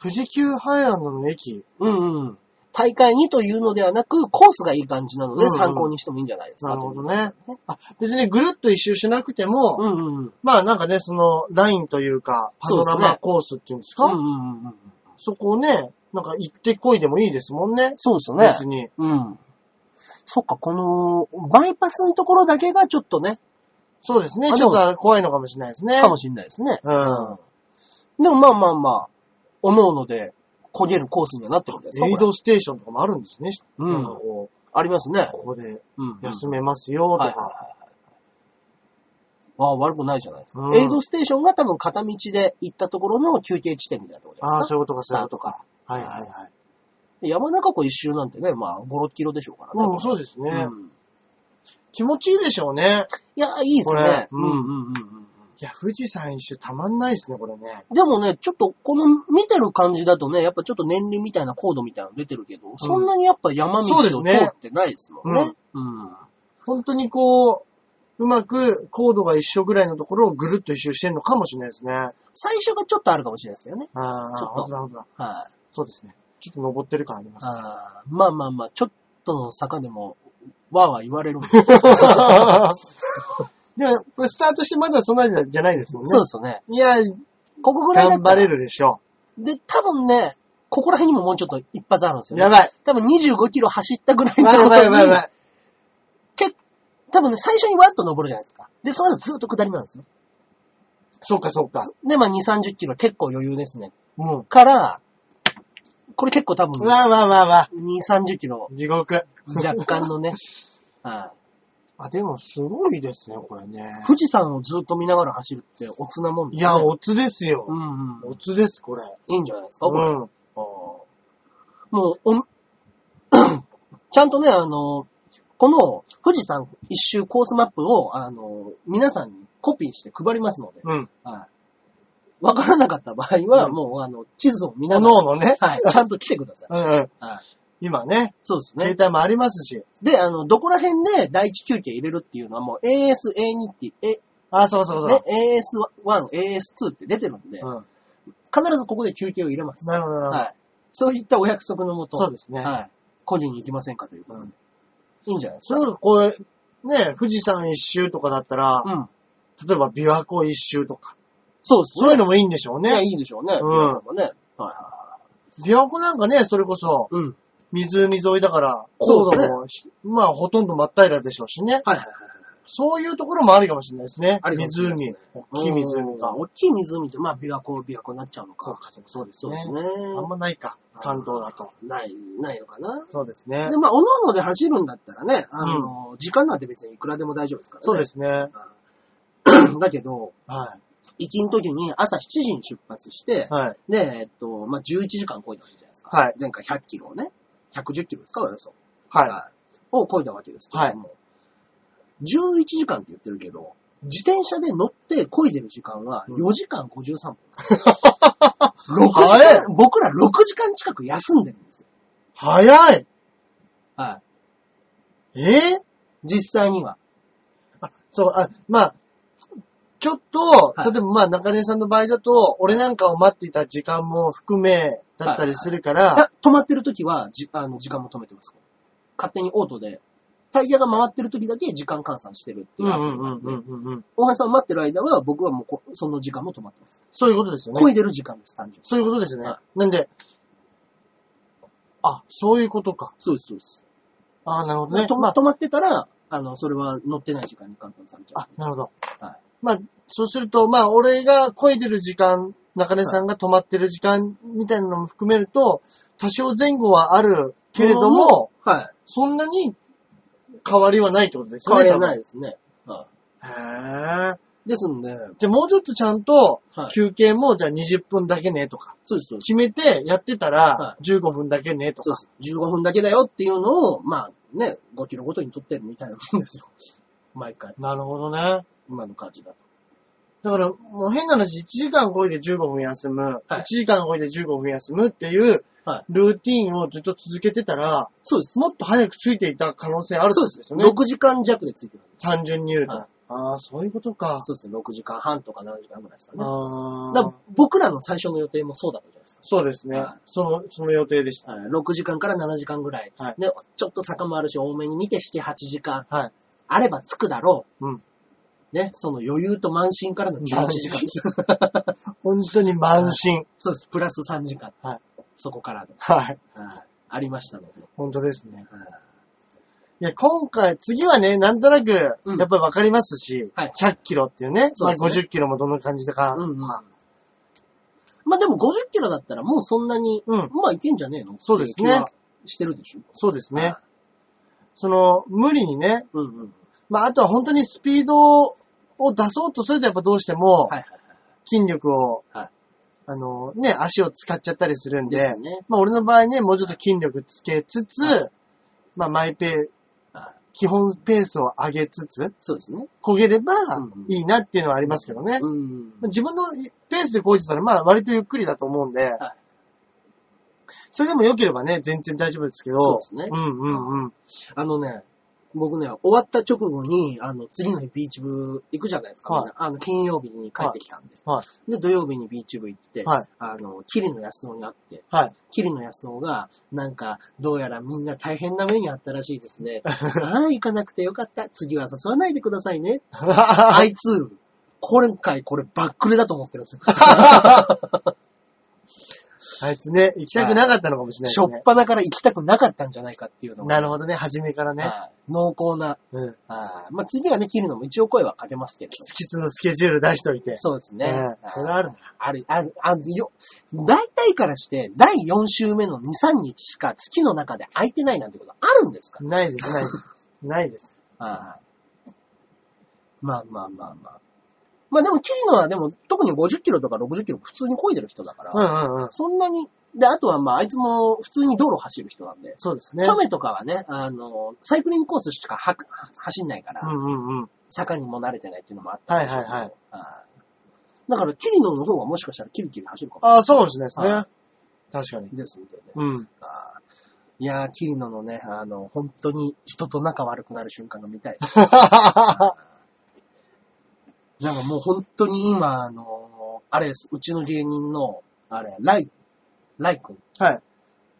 Speaker 2: 富士急ハイランドの駅。
Speaker 1: うんうん。大会にというのではなく、コースがいい感じなの
Speaker 2: うんう
Speaker 1: で、
Speaker 2: ん
Speaker 1: 参考にしてもいいんじゃないです
Speaker 2: な
Speaker 1: か。
Speaker 2: るほどね。あ、別にぐるっと一周しなくても、
Speaker 1: うんうんうん。
Speaker 2: まあなんかね、その、ラインというか、パノラ
Speaker 1: そうです
Speaker 2: マ
Speaker 1: ね
Speaker 2: コースっていうんですか
Speaker 1: う
Speaker 2: そ
Speaker 1: んうんうんうん。
Speaker 2: こをね、なんか行ってこいでもいいですもんね。
Speaker 1: そうですよね
Speaker 2: 別。に。
Speaker 1: うん。そっか、この、バイパスのところだけがちょっとね、
Speaker 2: そうですね
Speaker 1: あ。
Speaker 2: ちょっとあれ怖いのかもしれないですね。
Speaker 1: かもしれないですね。
Speaker 2: うん。
Speaker 1: でもまあまあまあ、おのおので、焦げるコースにはなってるんですか
Speaker 2: エイ
Speaker 1: これ
Speaker 2: ドステーションとかもあるんですね。
Speaker 1: うん
Speaker 2: なんかこう
Speaker 1: ありますね。
Speaker 2: ここで
Speaker 1: うん、うん。
Speaker 2: 休めますよと
Speaker 1: はいはいはい
Speaker 2: か。
Speaker 1: はい。ああ、悪くないじゃないですか。
Speaker 2: うん
Speaker 1: エイドステーションが多分片道で行ったところの休憩地点みたいなところですか。
Speaker 2: ああ、そういうことか、
Speaker 1: ス
Speaker 2: そ
Speaker 1: タ
Speaker 2: ういう
Speaker 1: ー
Speaker 2: こと
Speaker 1: ト
Speaker 2: か。
Speaker 1: か。
Speaker 2: はいはいはい。
Speaker 1: で山中湖一周なんてね、まあ、5、6キロでしょうからね。
Speaker 2: うん、そうですね。
Speaker 1: うん
Speaker 2: 気持ちいいでしょうね。
Speaker 1: いや、いいですね。
Speaker 2: これうん
Speaker 1: うんうんうん。
Speaker 2: いや、富士山一周たまんないですね、これね。
Speaker 1: でもね、ちょっと、この見てる感じだとね、やっぱちょっと年輪みたいなコードみたいなの出てるけど、そんなにやっぱ山道
Speaker 2: そ
Speaker 1: を
Speaker 2: うで
Speaker 1: 通
Speaker 2: すね
Speaker 1: ってないですもんね。うん。
Speaker 2: 本当にこう、うまくコードが一緒ぐらいのところをぐるっと一周してんのかもしれないですね。あ
Speaker 1: 最初がちょっとあるかもしれないですけどね。
Speaker 2: あ
Speaker 1: ちょっと
Speaker 2: ほんとだほんとだ。
Speaker 1: はい。
Speaker 2: そうですね。ちょっと登ってる感あります。
Speaker 1: あーまあまあまあ、ちょっとの坂でも、わーわー言われるんで。
Speaker 2: でも、これスタートしてまだ そんなじゃないですもんね。
Speaker 1: そうですよね。
Speaker 2: いや、
Speaker 1: ここぐらいだ
Speaker 2: 頑
Speaker 1: った
Speaker 2: 張
Speaker 1: ら
Speaker 2: れるでしょ
Speaker 1: で、多分ね、ここら辺にももうちょっと一発あるんです
Speaker 2: う。
Speaker 1: よ
Speaker 2: や
Speaker 1: ね。
Speaker 2: ばい。
Speaker 1: 多分25キロ走ったぐらい
Speaker 2: や
Speaker 1: の
Speaker 2: ば
Speaker 1: と
Speaker 2: いや
Speaker 1: こ
Speaker 2: ばいやばいや
Speaker 1: ろ
Speaker 2: ば
Speaker 1: に、
Speaker 2: い。
Speaker 1: 多分ね、最初にわっと登るじゃないですか。で、その後ずっと下りなんですよ。
Speaker 2: そうかそうか。
Speaker 1: で、まあ2、30キロ結構余裕ですね。
Speaker 2: うん。わ
Speaker 1: から、これ結構多分、2、
Speaker 2: あわあわあわ
Speaker 1: 30キロ
Speaker 2: あ。地獄。
Speaker 1: 若干 のね、は
Speaker 2: あ、でもすごいですね、これね
Speaker 1: い。富士山をずっと見ながら走るっておつなもんで
Speaker 2: い
Speaker 1: すね
Speaker 2: や、おつです
Speaker 1: う
Speaker 2: よ。
Speaker 1: んうん。
Speaker 2: おつです、これ。
Speaker 1: いいんじゃないですか、これ。
Speaker 2: うん。
Speaker 1: あーもう、おんちゃんとね、あの、この富士山一周コースマップを、あの、皆さんにコピーして配りますので、
Speaker 2: うん。
Speaker 1: はいわからなかった場合は、もう、あの、地図を見な
Speaker 2: お
Speaker 1: が
Speaker 2: の
Speaker 1: ら、
Speaker 2: おのね。
Speaker 1: はい、ちゃんと来てください。
Speaker 2: うんうん。
Speaker 1: はい。
Speaker 2: 今ね、
Speaker 1: そうですね
Speaker 2: 携。帯もありますし。
Speaker 1: で、あの、どこら辺で第一休憩入れるっていうのはもう AS、A2 って、え、
Speaker 2: あ、そうそうそう。
Speaker 1: ね、AS1、AS2 って出てるんで、
Speaker 2: うん。
Speaker 1: 必ずここで休憩を入れます。
Speaker 2: なるほど、なるほど。
Speaker 1: はい。そういったお約束のもと、
Speaker 2: そうですね。
Speaker 1: はい。個人に行きませんかということで。いいんじゃないで
Speaker 2: そ
Speaker 1: すか。
Speaker 2: れこそこれ、ね、富士山一周とかだったら、
Speaker 1: うん。
Speaker 2: 例えば琵琶湖一周とか、
Speaker 1: そうです
Speaker 2: そういう
Speaker 1: ね。
Speaker 2: のもいいんでしょう
Speaker 1: ね、
Speaker 2: ね。
Speaker 1: いいでしょうね。
Speaker 2: うん
Speaker 1: 皆さもね。はいは
Speaker 2: 琵琶湖なんかね、それこそ
Speaker 1: い。うん。
Speaker 2: 湖沿いだから、
Speaker 1: そう
Speaker 2: 高
Speaker 1: で
Speaker 2: 度
Speaker 1: すね
Speaker 2: も、まあほとんど真っ平らでしょうしね。
Speaker 1: はいはいはい。
Speaker 2: そういうところもありかもしれないですね。
Speaker 1: ありかもしれないです
Speaker 2: 湖。大きい湖が。
Speaker 1: 大きい湖って、まあ、琵琶湖、琵琶湖になっちゃうのか。
Speaker 2: か、そうです
Speaker 1: そうです
Speaker 2: ね。
Speaker 1: ね。
Speaker 2: あんまないか、関東だと。
Speaker 1: ない、ないのかな。
Speaker 2: そうですね
Speaker 1: で、。まあ、おのおので走るんだったらね、あの、時間なんて別にいくらでも大丈夫ですからね。
Speaker 2: そうですね。
Speaker 1: うん。だけど、
Speaker 2: は
Speaker 1: 行きの時に朝7時に出発して
Speaker 2: い。、はい。
Speaker 1: で、えっと、まあ、11時間超えたわけじゃないですか。
Speaker 2: はい
Speaker 1: 前回100キロをね、110キロですか、およそ。
Speaker 2: は
Speaker 1: を超えたわけですけれども、11時間って言ってるけど、自転車で乗って漕いでる時間は
Speaker 2: うん
Speaker 1: 4時間53分。 六時
Speaker 2: 早い
Speaker 1: 間、僕ら6時間近く休んでるんですよ。
Speaker 2: い。早い
Speaker 1: はい。
Speaker 2: えー
Speaker 1: 実際には。
Speaker 2: そう、あ、まあ、ちょっと、
Speaker 1: はい
Speaker 2: 例えばまあ中根さんの場合だと、俺なんかを待っていた時間も含めだったりするから、
Speaker 1: あ止まってる時はじ、あの、時間も止めてます。勝手にオートで、タイヤが回ってる時だけ時間換算してるっていうアプリがあって。
Speaker 2: んうんうん。
Speaker 1: 大橋さんを待ってる間は、僕はもうこ、その時間も止まってます。
Speaker 2: そういうことですよ
Speaker 1: 漕
Speaker 2: ね。
Speaker 1: いでる時間です、単純に。
Speaker 2: そういうことですよね
Speaker 1: は。
Speaker 2: なんで、あ、そういうことか。
Speaker 1: そうです、そうです。
Speaker 2: あなるほどね。
Speaker 1: と
Speaker 2: まあ、
Speaker 1: 止まってたら、あの、それは乗ってない時間に換算されちゃう
Speaker 2: あ。、なるほど。
Speaker 1: はい
Speaker 2: まあ、そうすると、まあ、俺が漕いでる時間、中根さんが止まってる時間みたいなのも含めると、多少前後はあるけれども、、
Speaker 1: はい。
Speaker 2: そんなに変わりはないってことですよ
Speaker 1: 変わ
Speaker 2: ね。
Speaker 1: りはないですね。は
Speaker 2: 多分。へえ。
Speaker 1: い。ですんで、はい。
Speaker 2: じゃあもうちょっとちゃんと
Speaker 1: そう
Speaker 2: 休憩もじゃあ20分だけねとか、
Speaker 1: です、そうです。
Speaker 2: 決めてやってた
Speaker 1: は
Speaker 2: ら15分だけねと
Speaker 1: そう
Speaker 2: か
Speaker 1: で。す。15分だけだよっていうのを、まあね、5キロごとに取ってるみたいなもんですよ。毎回、
Speaker 2: なるほどね。
Speaker 1: 今の感じだと。
Speaker 2: だからもう変な話、1時間こいで15分休む、
Speaker 1: はい
Speaker 2: 1時間こいで15分休むっていう
Speaker 1: はい
Speaker 2: ルーティンをずっと続けてたら、
Speaker 1: そうです。
Speaker 2: もっと早くついていた可能性あるん
Speaker 1: そう
Speaker 2: で
Speaker 1: ですす。
Speaker 2: よね。
Speaker 1: 6時間弱でついてる。
Speaker 2: 単純に言うと。
Speaker 1: はい
Speaker 2: ああ、そういうことか。
Speaker 1: そうですね。6時間半とか7時間ぐらいですかね。
Speaker 2: あ
Speaker 1: だか
Speaker 2: あ
Speaker 1: ら、僕らの最初の予定もそうだったじゃないですか。
Speaker 2: そうですね
Speaker 1: はい。
Speaker 2: その、その予定でした。
Speaker 1: はい6時間から7時間ぐらい。
Speaker 2: はい
Speaker 1: で、ちょっと坂もあるし、多めに見て7、8時間。
Speaker 2: はい
Speaker 1: あれば着くだろう。
Speaker 2: うん
Speaker 1: ね、その余裕と満身からの11時間です。
Speaker 2: 本当に満身。
Speaker 1: そうです。プラス3時間。
Speaker 2: はい
Speaker 1: そこからの。
Speaker 2: はい。
Speaker 1: はいありましたので。
Speaker 2: 本当ですね。
Speaker 1: はい
Speaker 2: いや、今回、次はね、なんとなく、やっ
Speaker 1: うん
Speaker 2: ぱり分かりますし、
Speaker 1: はい
Speaker 2: 100キロっていうね、
Speaker 1: そうです
Speaker 2: ま
Speaker 1: ね
Speaker 2: あ50キロもどんな感じだか、
Speaker 1: うんうん。まあでも50キロだったらもうそんなに、
Speaker 2: うん
Speaker 1: まあいけんじゃねえの
Speaker 2: そうですね。
Speaker 1: っていう気はしてるでしょ。
Speaker 2: そうですね
Speaker 1: は。
Speaker 2: その、無理にね、
Speaker 1: うんうん。
Speaker 2: まあ、あとは本当にスピードを出そうとすると、やっぱどうしても
Speaker 1: は、いはいはい。
Speaker 2: 筋力を、
Speaker 1: はい
Speaker 2: あの、ね、足を使っちゃったりするんで、
Speaker 1: ですね。
Speaker 2: まあ、俺の場合ね、もうちょっと筋力つけつつ、まあ、マイペー
Speaker 1: は、
Speaker 2: 基本ペースを上げつつ、
Speaker 1: そうですね。
Speaker 2: 焦げれば
Speaker 1: んうん
Speaker 2: いいなっていうのはありますけどね。
Speaker 1: うん。
Speaker 2: まあ自分のペースでこいてたら、まあ割とゆっくりだと思うんで、
Speaker 1: い
Speaker 2: それでも良ければね、全然大丈夫ですけど、
Speaker 1: そうですね
Speaker 2: うんうんうん。
Speaker 1: あのね、僕ね、終わった直後に、あの、次の日ビーチ部行くじゃないですか。
Speaker 2: はい
Speaker 1: みんなあの、金曜日に帰ってきたんで。
Speaker 2: はいは
Speaker 1: で、土曜日にビーチ部行って、
Speaker 2: はい
Speaker 1: あの、キリの安男に会って、
Speaker 2: はい。
Speaker 1: キリの安男が、なんか、どうやらみんな大変な目にあったらしいです ね。ああ、行かなくてよかった。次は誘わないでくださ いね。あいつ、今回これバックレだと思ってるんですよ。
Speaker 2: あいつね、行きたくなかったのかもしれない
Speaker 1: し
Speaker 2: で
Speaker 1: ょ
Speaker 2: す
Speaker 1: っ
Speaker 2: ね。
Speaker 1: ぱなから行きたくなかったんじゃないかっていうのが。
Speaker 2: なるほどね、初めからね。
Speaker 1: はい濃厚な。
Speaker 2: うん。
Speaker 1: あーまあ、次はね、キリのも一応声はかけますけれど。
Speaker 2: キツキツのスケジュール出しといて。
Speaker 1: そうです
Speaker 2: う
Speaker 1: ね。
Speaker 2: んそれはあるな。
Speaker 1: ある、ある、あるよ。大体からして、第4週目の2、3日しか月の中で空いてないなんてことあるんですか
Speaker 2: ないです、ないです。ない です。
Speaker 1: ああまあまあまあまあ。まあでも、キリノはでも、特に50キロとか60キロ普通に漕いでる人だから、
Speaker 2: うんうんうん。
Speaker 1: そんなに、で、あとはまあ、あいつも普通に道路走る人なんで、
Speaker 2: そうですね
Speaker 1: チ。ョメとかはね、あの、サイクリングコースしかは走んないから、
Speaker 2: うんうんうん。
Speaker 1: 坂にも慣れてないっていうのもあった
Speaker 2: はいはいはい。
Speaker 1: ああだから、キリノの方がもしかしたらキリキリ走るかも
Speaker 2: ああ、そうかもしれないですね。
Speaker 1: は
Speaker 2: 確かに。
Speaker 1: ですんでね。
Speaker 2: うん。
Speaker 1: いやー、キリノのね、あの、本当に人と仲悪くなる瞬間が見 たい。なんかもう本当に今、あの、あれです、うちの芸人の、あれ、ライ、ライ君。
Speaker 2: はい。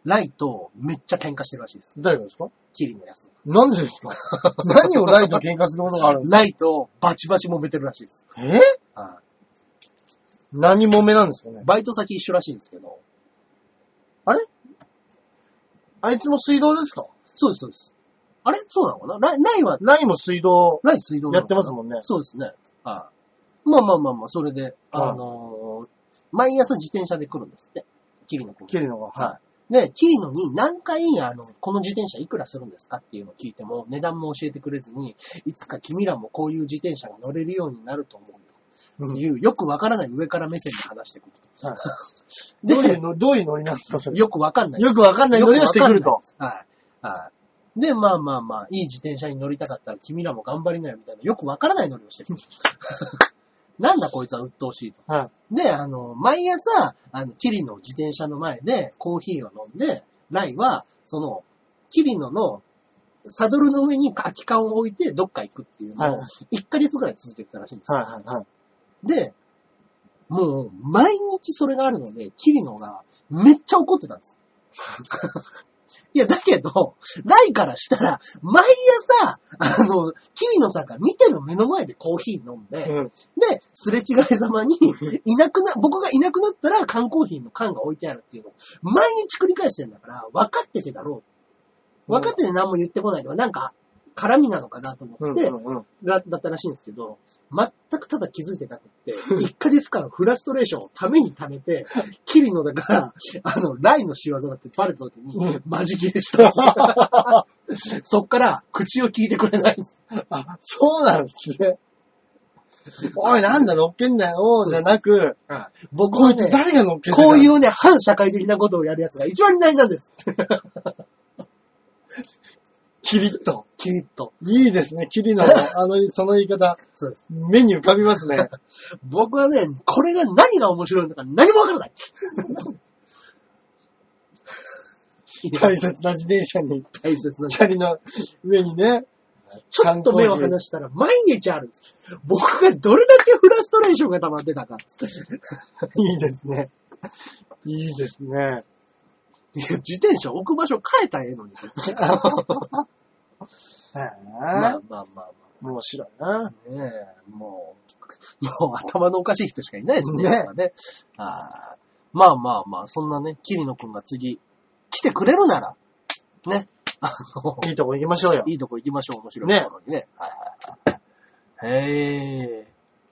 Speaker 1: ライとめっちゃ喧嘩してるらしいです。
Speaker 2: 誰がですか
Speaker 1: キリのやつ。
Speaker 2: なんでですか 何をライト喧嘩することがあるんですか
Speaker 1: ライとバチバチ揉めてるらしいです。
Speaker 2: え
Speaker 1: は
Speaker 2: 何揉めなんですかね
Speaker 1: いバイト先一緒らしいんですけど。
Speaker 2: あいつも水道ですか
Speaker 1: そうです、そうです。あれそうなのかなライ、ライは、
Speaker 2: ライも水道
Speaker 1: ライ水道な
Speaker 2: や
Speaker 1: の
Speaker 2: っ
Speaker 1: か
Speaker 2: て
Speaker 1: な
Speaker 2: ますもんね。
Speaker 1: そうですね。はい。まあまあまあまあ、それで、
Speaker 2: はい
Speaker 1: あのー毎朝自転車で来るんですって。キリノ君。
Speaker 2: 切るのが。は
Speaker 1: はい。で、キリノに何回、あの、この自転車いくらするんですかっていうのを聞いても、値段も教えてくれずに、いつか君らもこういう自転車が乗れるようになると思う
Speaker 2: い。
Speaker 1: よ。
Speaker 2: うん
Speaker 1: いう、よくわからない上から目線で話してくると。
Speaker 2: はいどうい
Speaker 1: で
Speaker 2: う、の、どういうノリなんですかそれ。
Speaker 1: よくわかんない。
Speaker 2: よくわかんないノリをしてくる
Speaker 1: よ
Speaker 2: と。
Speaker 1: くわかんないです。はい。はい。で、まあまあまあ、いい自転車に乗りたかったら君らも頑張りなよみたいな、よくわからない乗りをしてくる。 なんだこいつは鬱陶しいと。
Speaker 2: は
Speaker 1: で、あの、毎朝、あの、キリノ自転車の前でコーヒーを飲んで、ライは、その、キリノのサドルの上に空き缶を置いてどっか行くっていうのを
Speaker 2: はい、
Speaker 1: 1ヶ月ぐらい続けてたらしいんです
Speaker 2: い。
Speaker 1: よ。
Speaker 2: はい。はい。
Speaker 1: で、もう、毎日それがあるので、キリノがめっちゃ怒ってたんです。 いや、だけど、ライからしたら、毎朝、あの、キリノさんが見てる目の前でコーヒー飲んで、
Speaker 2: はい。うん。
Speaker 1: で、すれ違いざまに、いなくな、僕がいなくなったら缶コーヒーの缶が置いてあるっていうのを、毎日繰り返してんだから、分かっててだろう。分かってて何も言ってこないのは、なんか、絡みなのかなと思
Speaker 2: うん。
Speaker 1: って、
Speaker 2: うんうん。
Speaker 1: だだったらしいんですけど、全くただ気づいてなく って、1ヶ月間フラストレーションをためにためて、キリノだから、あの、ライの仕業だってバレた時に、マジ切れしたんで すよそっから、口を聞いてくれないんです。
Speaker 2: あ、そうなんですね。 おい、なんだ、乗っけんだよ、じゃなく、
Speaker 1: 僕
Speaker 2: こ
Speaker 1: はい
Speaker 2: つ
Speaker 1: ね、
Speaker 2: 誰が乗っけんだよ
Speaker 1: こういうね、反社会的なことをやる奴が一番嫌いなんです。
Speaker 2: キリッと。
Speaker 1: キリッと。
Speaker 2: いいですね、キ リの、あの、その言い方、
Speaker 1: そうです。
Speaker 2: 目に浮かびます ね。
Speaker 1: 僕はね、これが何が面白いのか何もわからない。
Speaker 2: 大切な自転車に、
Speaker 1: 大切な
Speaker 2: チャリの上にね、
Speaker 1: ちょっと目を離したら毎日あるんです。僕がどれだけフラストレーションが溜まってたかっつって。
Speaker 2: いいですね。いいですね。
Speaker 1: いや自転車置く場所変えたらええのに。まあまあまあま
Speaker 2: 面白いな。
Speaker 1: あ。ねえ、もう、もう頭のおかしい人しかいないですね。
Speaker 2: ね
Speaker 1: やっぱねあーまあまあまあ、そんなね、キリノくんが次、来てくれるなら、ね。あの、
Speaker 2: いいとこ行きましょうよ。
Speaker 1: いいとこ行きましょう、面白いところにね。はいはいはい。へえ。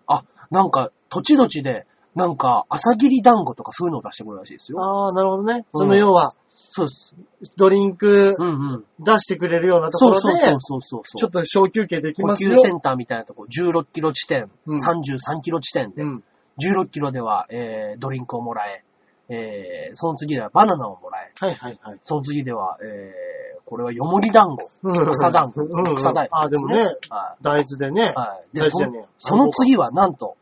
Speaker 1: あ、なんか、土地土地で、なんか、朝霧団子とかそういうのを出してくるらしいですよ。
Speaker 2: ああ、なるほどね。
Speaker 1: うん
Speaker 2: その要は、
Speaker 1: そうです。
Speaker 2: ドリンク
Speaker 1: うんうん。
Speaker 2: 出してくれるようなとこ
Speaker 1: そう
Speaker 2: ろ
Speaker 1: そう
Speaker 2: で
Speaker 1: そう、そうそうそう。
Speaker 2: ちょっと小休憩でき
Speaker 1: 呼
Speaker 2: ますよ
Speaker 1: 吸。センターみたいなとこ、16キロ地点、
Speaker 2: うん
Speaker 1: 33キロ地点で、
Speaker 2: うん。
Speaker 1: 16キロでは、えー、ドリンクをもらえ、えー、その次ではバナナをもらえ、
Speaker 2: はいはいはい。
Speaker 1: その次では、えー、これはよもぎ団子、
Speaker 2: うん
Speaker 1: 草団子、
Speaker 2: うんうん
Speaker 1: 草団子、
Speaker 2: あ、でもね、
Speaker 1: はい
Speaker 2: 大豆でね。
Speaker 1: はい。で、
Speaker 2: 大豆
Speaker 1: そ
Speaker 2: じゃねえや
Speaker 1: その次は、なんと、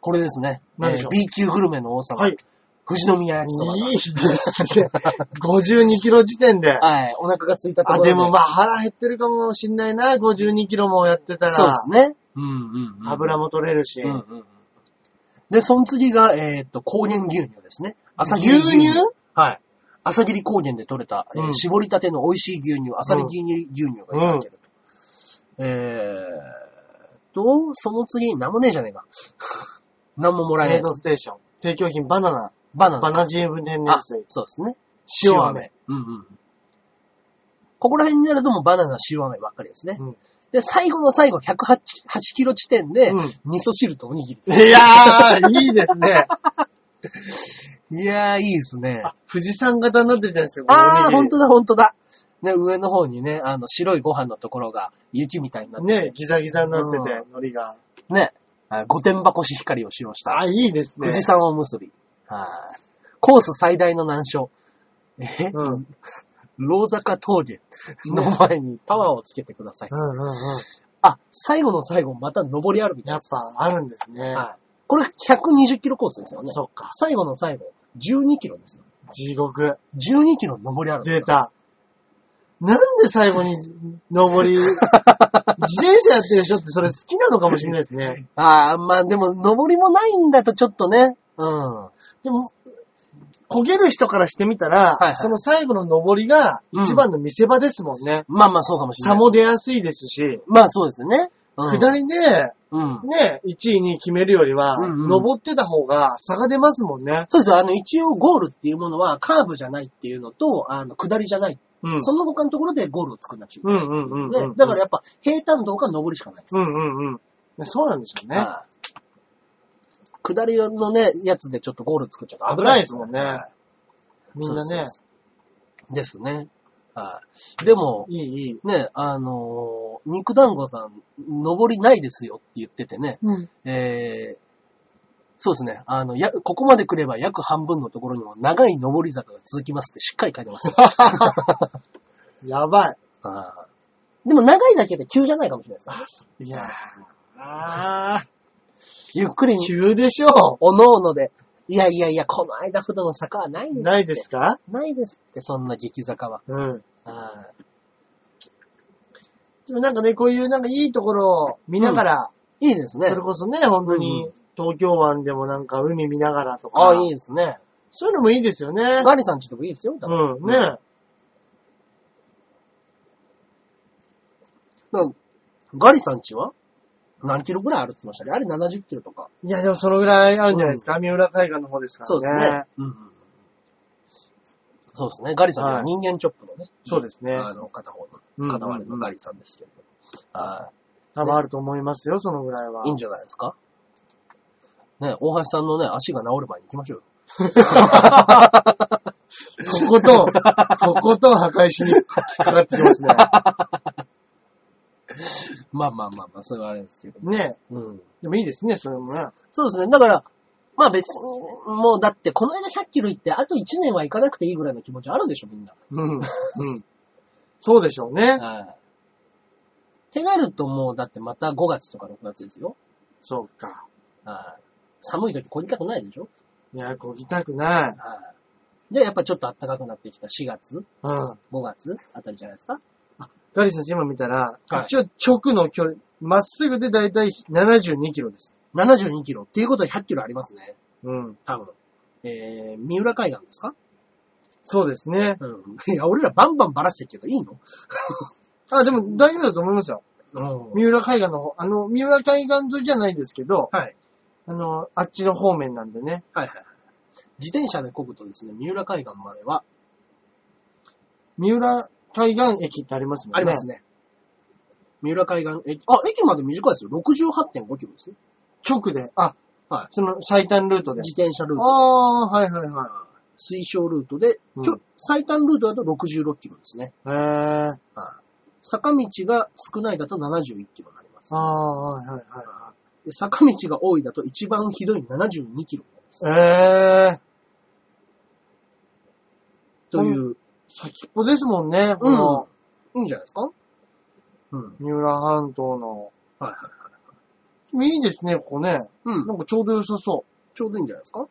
Speaker 1: これですね。
Speaker 2: 何でしょう
Speaker 1: B 級グルメの王様。
Speaker 2: はい。
Speaker 1: 富士宮
Speaker 2: い
Speaker 1: 焼きそばが。
Speaker 2: いですね。52キロ時点で。
Speaker 1: はい。お腹が空いたとこ
Speaker 2: あ、
Speaker 1: ろで。
Speaker 2: でもまあ腹減ってるかもしんないな。52キロもやってたら。
Speaker 1: そうですね。うんうん、うん。
Speaker 2: 油も取れるし。
Speaker 1: うんうんうん。で、その次が、えーっと、高原牛乳ですね。朝霧
Speaker 2: 牛乳
Speaker 1: はい。朝霧高原で採れた、えー
Speaker 2: うん
Speaker 1: 絞りたての美味しい牛乳、朝霧牛乳がいただけると。えーっと、その次、なんもねえじゃねえか。 なんももらえな
Speaker 2: メイ
Speaker 1: いで
Speaker 2: ド
Speaker 1: す。
Speaker 2: ステーション。提供品バナナ。
Speaker 1: バナナ
Speaker 2: バ。ナジウム天然
Speaker 1: あ、
Speaker 2: 水。
Speaker 1: そうですね。
Speaker 2: 塩飴。。
Speaker 1: うんうん。ここら辺になるともうバナナ、塩飴ばっかりですね。
Speaker 2: うん
Speaker 1: で、最後の最後、108キロ地点で、
Speaker 2: うん
Speaker 1: 味噌汁とおにぎ
Speaker 2: いやー、いいです ね。
Speaker 1: り。いやー、いいですね。
Speaker 2: あ富士山型になってるじゃないですか。
Speaker 1: あー、ほんと
Speaker 2: だ。
Speaker 1: だ、ほんとだ。ね、上の方にね、あの、白いご飯のところが雪みたいになって
Speaker 2: ね、ギザギザになってて
Speaker 1: う、
Speaker 2: 海苔が。
Speaker 1: ね、あ御殿場コシヒカリを使用した、
Speaker 2: あ、いいですね。
Speaker 1: 富士。山おむすび。はい。コース最大の難所。え
Speaker 2: うん。うん
Speaker 1: 老坂峠の前にパワーをつけてください。
Speaker 2: うんうん。
Speaker 1: あ、最後の最後、また登りあるみたい
Speaker 2: やっ
Speaker 1: です。
Speaker 2: ぱあるんですね。
Speaker 1: はこれ120キロコースですよね。
Speaker 2: そっか。
Speaker 1: 最後の最後、12キロですよ。
Speaker 2: 地獄。
Speaker 1: 12キロ登りあるんです
Speaker 2: 出
Speaker 1: よ。
Speaker 2: た。なんで最後に、登 り、自転車やってる人ってそれ好きなのかもしれないですね。
Speaker 1: ああ、まあでも、登りもないんだとちょっとね。うん。
Speaker 2: でも、焦げる人からしてみたら、
Speaker 1: はいはい
Speaker 2: その最後の登りが一番の見せ場ですもんね。
Speaker 1: まあまあ、そうかもしれな
Speaker 2: 差
Speaker 1: い。
Speaker 2: も出やすいですし、
Speaker 1: まあそうですね。うん。
Speaker 2: 下りで、
Speaker 1: うん。
Speaker 2: ね、1位に決めるよりは、
Speaker 1: うんうん
Speaker 2: 登ってた方が差が出ますもんね。
Speaker 1: そうです。あの、一応ゴールっていうものはカーブじゃないっていうのと、あの、下りじゃない。
Speaker 2: うん。
Speaker 1: その他のところでゴールを作んなくちゃいけ
Speaker 2: う
Speaker 1: ない。
Speaker 2: んうんうんうん、
Speaker 1: ね、だから、やっぱ平坦道か上りしかないです。
Speaker 2: うんうんうん。そうなんでしょうね。
Speaker 1: はい下りのね、やつでちょっとゴール作っちゃう
Speaker 2: 危
Speaker 1: と
Speaker 2: ないですもんね。みんな
Speaker 1: そう
Speaker 2: ね
Speaker 1: で、す。ですね。はい。でも、
Speaker 2: いいいい。
Speaker 1: ね、あのー肉団子さん、登りないですよって言っててね、
Speaker 2: うん。
Speaker 1: えー、そうですね、あの、や、ここまで来れば約半分のところにも長い登り坂が続きますってしっかり書いてますよ。
Speaker 2: やばい。
Speaker 1: あーでも長いだけで急じゃないかもしれないですね。
Speaker 2: いやー。あー
Speaker 1: ゆっくりに、
Speaker 2: 急でしょ
Speaker 1: おのおので、いやいやいや、この間ほどの坂はないです
Speaker 2: う。
Speaker 1: って。
Speaker 2: ないです。か
Speaker 1: ないですって、そんな激坂は。
Speaker 2: うん。
Speaker 1: あー
Speaker 2: でもなんかね、こういうなんかいいところを見ながら、
Speaker 1: いいですね
Speaker 2: そ。れこそね、本当
Speaker 1: う
Speaker 2: に東京湾でもなんか海見ながらとか、
Speaker 1: ああ、いいですね。
Speaker 2: そういうのもいいですよね。
Speaker 1: ガリさんちとかいいですよ。だから
Speaker 2: うん、ね。
Speaker 1: だガリさんちは何キロぐらいあるって言ってましたね。あれ70キロとか。
Speaker 2: いや、でもそのぐらいあるんじゃないですか。三浦海岸の方ですからね。
Speaker 1: そうですね。うんうん。そうですね。ガリさんは
Speaker 2: はい
Speaker 1: 人間チョップのね。
Speaker 2: そうですね
Speaker 1: あの、片方
Speaker 2: うんうん
Speaker 1: の、片割れのガリさんですけど。は
Speaker 2: 多分あると思いますよ、そのぐらいは。
Speaker 1: い。いいんじゃないですかね、大橋さんのね、足が治る前に行きましょうよ。
Speaker 2: とことん、とことん破壊しに引っかかってきますね。
Speaker 1: まあまあまあまあ、それはあれですけど。
Speaker 2: ね
Speaker 1: うん。
Speaker 2: でもいいですね、それもね。
Speaker 1: そうですね。だから、まあ別に、もうだって、この間100キロ行って、あと1年は行かなくていいぐらいの気持ちあるでしょ、みんな。
Speaker 2: うん。うん。 そうでしょうね。
Speaker 1: はい。ってなるともう、だってまた5月とか6月ですよ。
Speaker 2: そうか。
Speaker 1: はい。寒い時こりたくないでしょ
Speaker 2: いや、こぎたくない。
Speaker 1: はい。じゃあやっぱちょっと暖かくなってきた4月、
Speaker 2: うん。
Speaker 1: 5月あたりじゃないですか
Speaker 2: ガリさん今見たら、
Speaker 1: はい
Speaker 2: 一応直の距離、まっすぐでだいたい72キロです。
Speaker 1: ?72 キロっていうことは100キロありますね。
Speaker 2: うん。
Speaker 1: 多分。えー、三浦海岸ですか
Speaker 2: そうですね。
Speaker 1: うん。いや、俺らバンバンばらしてるけどいいの
Speaker 2: あ、でも大丈夫だと思いますよ。
Speaker 1: うん。
Speaker 2: 三浦海岸の方、あの、三浦海岸沿いじゃないですけど、
Speaker 1: はい。
Speaker 2: あの、あっちの方面なんでね。
Speaker 1: はいはい。自転車で漕ぐとですね、三浦海岸までは、
Speaker 2: 三浦海岸駅ってありますもんね。
Speaker 1: ありますね。三浦海岸駅、あ、駅まで短いですよ。68.5キロですよ。
Speaker 2: 直で、あ、
Speaker 1: はい
Speaker 2: その最短ルートで。
Speaker 1: 自転車ルート
Speaker 2: あ。あ、はいはいはい。
Speaker 1: 推奨ルートで、
Speaker 2: うん
Speaker 1: きょ最短ルートだと66キロですね。
Speaker 2: へえ。
Speaker 1: 坂道が少ないだと71キロになります。
Speaker 2: ああ、はいはいは
Speaker 1: で坂道が多いだと一番ひどい72キロになります。
Speaker 2: いはい。ええ。
Speaker 1: という、
Speaker 2: 先っぽですもんね、この、
Speaker 1: いいんじゃないですかうん。
Speaker 2: 三浦半島の。
Speaker 1: はいはい。
Speaker 2: いいですね、ここね。
Speaker 1: うん
Speaker 2: な。んかちょうど良さそ
Speaker 1: ちょうどいいんじゃないですか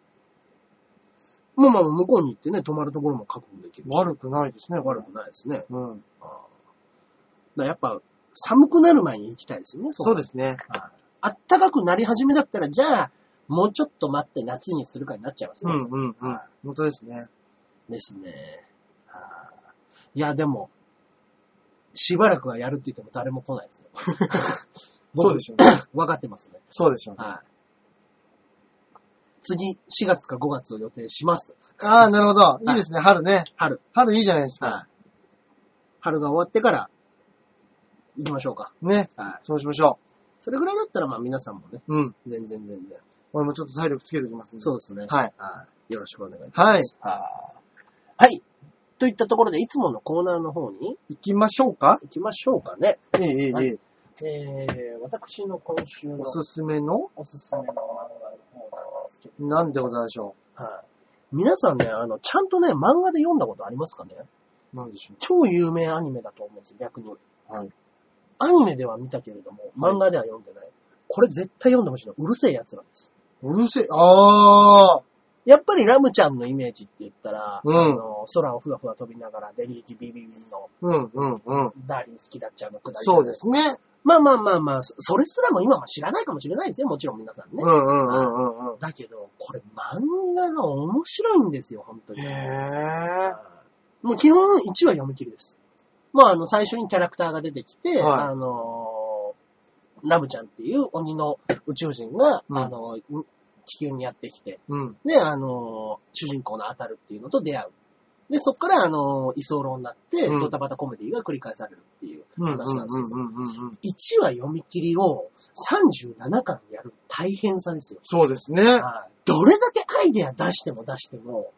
Speaker 1: もうまあ向こうに行ってね、泊まるところも確保できる
Speaker 2: う。
Speaker 1: し。
Speaker 2: 悪くないですね、これ
Speaker 1: 悪。くないですね。
Speaker 2: うん。
Speaker 1: あーだからやっぱ、寒くなる前に行きたいですよね、。
Speaker 2: そうですすね。
Speaker 1: あったかくなり始めだったら、じゃあ、もうちょっと待って夏にするかになっちゃいます
Speaker 2: う
Speaker 1: ね。
Speaker 2: んうんうん。本当ですね。
Speaker 1: ですね。あーいや、でも、しばらくはやるって言っても誰も来ないですよ。
Speaker 2: そうでしょうね。
Speaker 1: 分かってますね。
Speaker 2: そうでしょうね。
Speaker 1: はい。次、4月か5月を予定します。
Speaker 2: ああ、なるほど。いいですね、春ね。
Speaker 1: 春。
Speaker 2: 春いいじゃないですか。
Speaker 1: はい。春が終わってから、行きましょうか。
Speaker 2: ね。
Speaker 1: はい。
Speaker 2: そうしましょ
Speaker 1: それぐらいだったら、まあ皆さんもね、
Speaker 2: う。うん。
Speaker 1: 全然全然。
Speaker 2: 俺もちょっと体力つけておきますね。
Speaker 1: そうですね。
Speaker 2: はい。
Speaker 1: はい。よろしくお願いしま
Speaker 2: はい。
Speaker 1: す。はい。はい。といったところで、いつものコーナーの方に
Speaker 2: 行きましょうか
Speaker 1: 行きましょうかね。
Speaker 2: ええええええ。
Speaker 1: えー、私の今週の
Speaker 2: おすすめの
Speaker 1: おすすめの漫画の方なんですけど、
Speaker 2: なんでございましょ
Speaker 1: はい。皆さんね、あの、ちゃんとね、漫画で読んだことありますかね
Speaker 2: う。なんでしょ
Speaker 1: 超有名アニメだと思うんですよ、逆に。
Speaker 2: う。はい。
Speaker 1: アニメでは見たけれども、漫画では読んでない。これ絶対読んでほしいの。うるせえ奴らです。
Speaker 2: うるせえ。ああ。
Speaker 1: やっぱりラムちゃんのイメージって言ったら、
Speaker 2: うん
Speaker 1: あの空をふわふわ飛びながら、デリーキビビビの
Speaker 2: うん、うん、うん。
Speaker 1: ダーリン好きだっちゃうのくだり。
Speaker 2: そうで。すね。
Speaker 1: まあまあまあまあ、そそれすらも今は知らないかもしれないですよ、もちろん皆さんね。
Speaker 2: うん、うん、うん、うん。うん
Speaker 1: だけど、これ漫画が面白いんですよ、本当に。
Speaker 2: へえ。
Speaker 1: もう基本1話読み切りです。もうあの、最初にキャラクターが出てきて、
Speaker 2: はい
Speaker 1: あのーラムちゃんっていう鬼の宇宙人が、
Speaker 2: うん
Speaker 1: あのー地球にやってきて、
Speaker 2: うん、
Speaker 1: で、あのー主人公のアタルっていうのと出会う。で、そこから、あのー居候になって、
Speaker 2: うん
Speaker 1: ドタバタコメディが繰り返されるっていう
Speaker 2: うん、うん、うん、
Speaker 1: 話なんですけど、
Speaker 2: うん。うん
Speaker 1: 1話読み切りを37巻やる大変さですよ。
Speaker 2: そうですね。
Speaker 1: はいどれだけアイデア出しても出しても、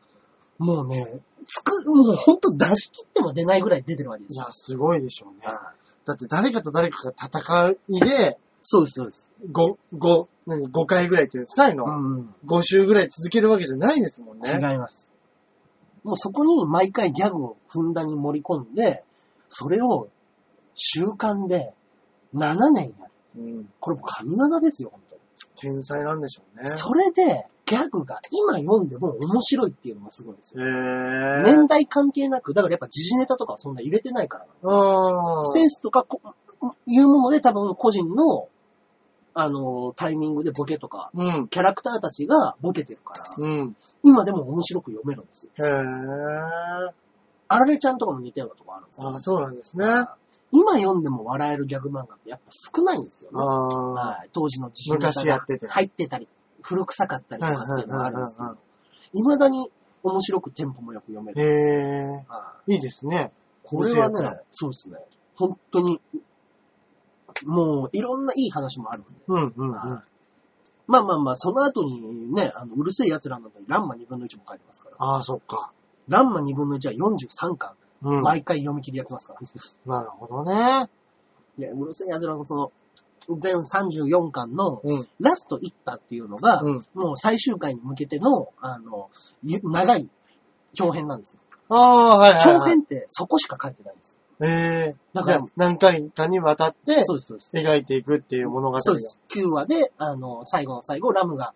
Speaker 1: もうね、つく、もうほんと出し切っても出ないぐらい出てるわけで
Speaker 2: い
Speaker 1: すよ。
Speaker 2: や、すごいでしょうね。
Speaker 1: はい
Speaker 2: だって誰かと誰かが戦いで、
Speaker 1: そうです、そうです。
Speaker 2: 5、5、何、5回ぐらいっていうんですかああいう
Speaker 1: う
Speaker 2: の、
Speaker 1: ん、
Speaker 2: ?5 週ぐらい続けるわけじゃないですもんね。
Speaker 1: 違います。もうそこに毎回ギャグをふんだんに盛り込んで、それを習慣で7年やる。
Speaker 2: うん。
Speaker 1: これもう神業ですよ、本当に。
Speaker 2: 天才なんでしょうね。
Speaker 1: それで、ギャグが今読んでも面白いっていうのがすごいですよ。
Speaker 2: へえ。
Speaker 1: 年代関係なく、だからやっぱ時事ネタとかはそんな入れてないからな
Speaker 2: ああ。
Speaker 1: センスとかこいうもので多分個人の、あの、タイミングでボケとか、
Speaker 2: うん。
Speaker 1: キャラクターたちがボケてるから、
Speaker 2: うん。
Speaker 1: 今でも面白く読めるんですよ。
Speaker 2: へえ。
Speaker 1: あられちゃんとかも似たようなとこあるんですよ。
Speaker 2: ああ、そうなんですね。あ
Speaker 1: 今読んでも笑えるギャグ漫画ってやっぱ少ないんですよね。
Speaker 2: あ。
Speaker 1: はい、当時の自
Speaker 2: 昔やってて
Speaker 1: 入ってたり、古臭かったりとかっていうのがあるんですけ
Speaker 2: うん
Speaker 1: ど、未だに面白くテンポもよく読め
Speaker 2: へ
Speaker 1: る。
Speaker 2: え。
Speaker 1: はい
Speaker 2: いですね。
Speaker 1: これは
Speaker 2: 面白いやつ
Speaker 1: ね、そうですね。本当に、もういろんないい話もあるんで。
Speaker 2: うん、うん、うん。
Speaker 1: は
Speaker 2: あ
Speaker 1: いまあまあまあ、その後にね、あの、うるせえ奴らなのに、ランマ2分の1も書いてますから。
Speaker 2: あ、そっか。
Speaker 1: ランマ2分の1は43巻、
Speaker 2: うん。な
Speaker 1: 毎回読み切りやってますから。
Speaker 2: るほどね。
Speaker 1: いや、うるせえ奴らのその、全34巻の
Speaker 2: うん、
Speaker 1: ラスト1巻っていうのが、
Speaker 2: うん。
Speaker 1: もう最終回に向けての、あの、ゆ長い長編なんですよ。
Speaker 2: ああ、はい、はい。
Speaker 1: 長編ってそこしか書いてないんですよ。
Speaker 2: ええ
Speaker 1: だ
Speaker 2: だ
Speaker 1: か
Speaker 2: からら何回かにわたって
Speaker 1: そうです、そうです。
Speaker 2: 描いていくっていう物語が。
Speaker 1: そうです。9話で、あの、最後の最後、ラムが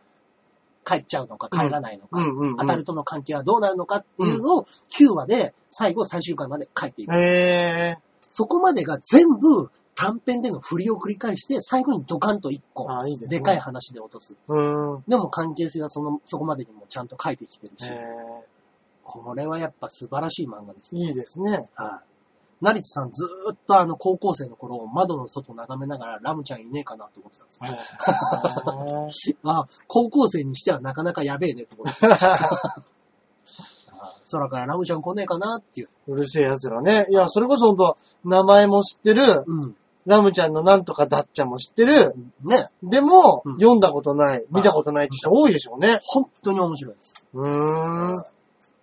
Speaker 1: 帰っちゃうのか帰らないのか、
Speaker 2: うんうん、うん。
Speaker 1: アタルとの関係はどうなるのかっていうのを9話で最後最終回まで書いていく。
Speaker 2: ええ
Speaker 1: そこまでが全部短編での振りを繰り返して最後にドカンと1個
Speaker 2: あいいですね
Speaker 1: でかい話で落とす。
Speaker 2: うん。へ
Speaker 1: でも関係性はその、そこまでにもちゃんと書いてきてる
Speaker 2: え
Speaker 1: し、これはやっぱ素晴らしい漫画ですね。
Speaker 2: いいですね。
Speaker 1: はい。成田さんずーっとあの高校生の頃窓の外眺めながらラムちゃんいねえかなと思ってたんです
Speaker 2: へ
Speaker 1: よ。
Speaker 2: え
Speaker 1: あ、高校生にしてはなかなかやべえねって思って。あ空からラムちゃん来ねえかなっていう。
Speaker 2: うるせえ奴らね。いや、それこそほんと、名前も知ってる、
Speaker 1: うん。
Speaker 2: ラムちゃんのなんとかダッチャも知ってる、
Speaker 1: ね。
Speaker 2: でも、
Speaker 1: うん
Speaker 2: 読んだことない、見たことないって人多いでしょうね。
Speaker 1: 本当に面白いです。
Speaker 2: うーん。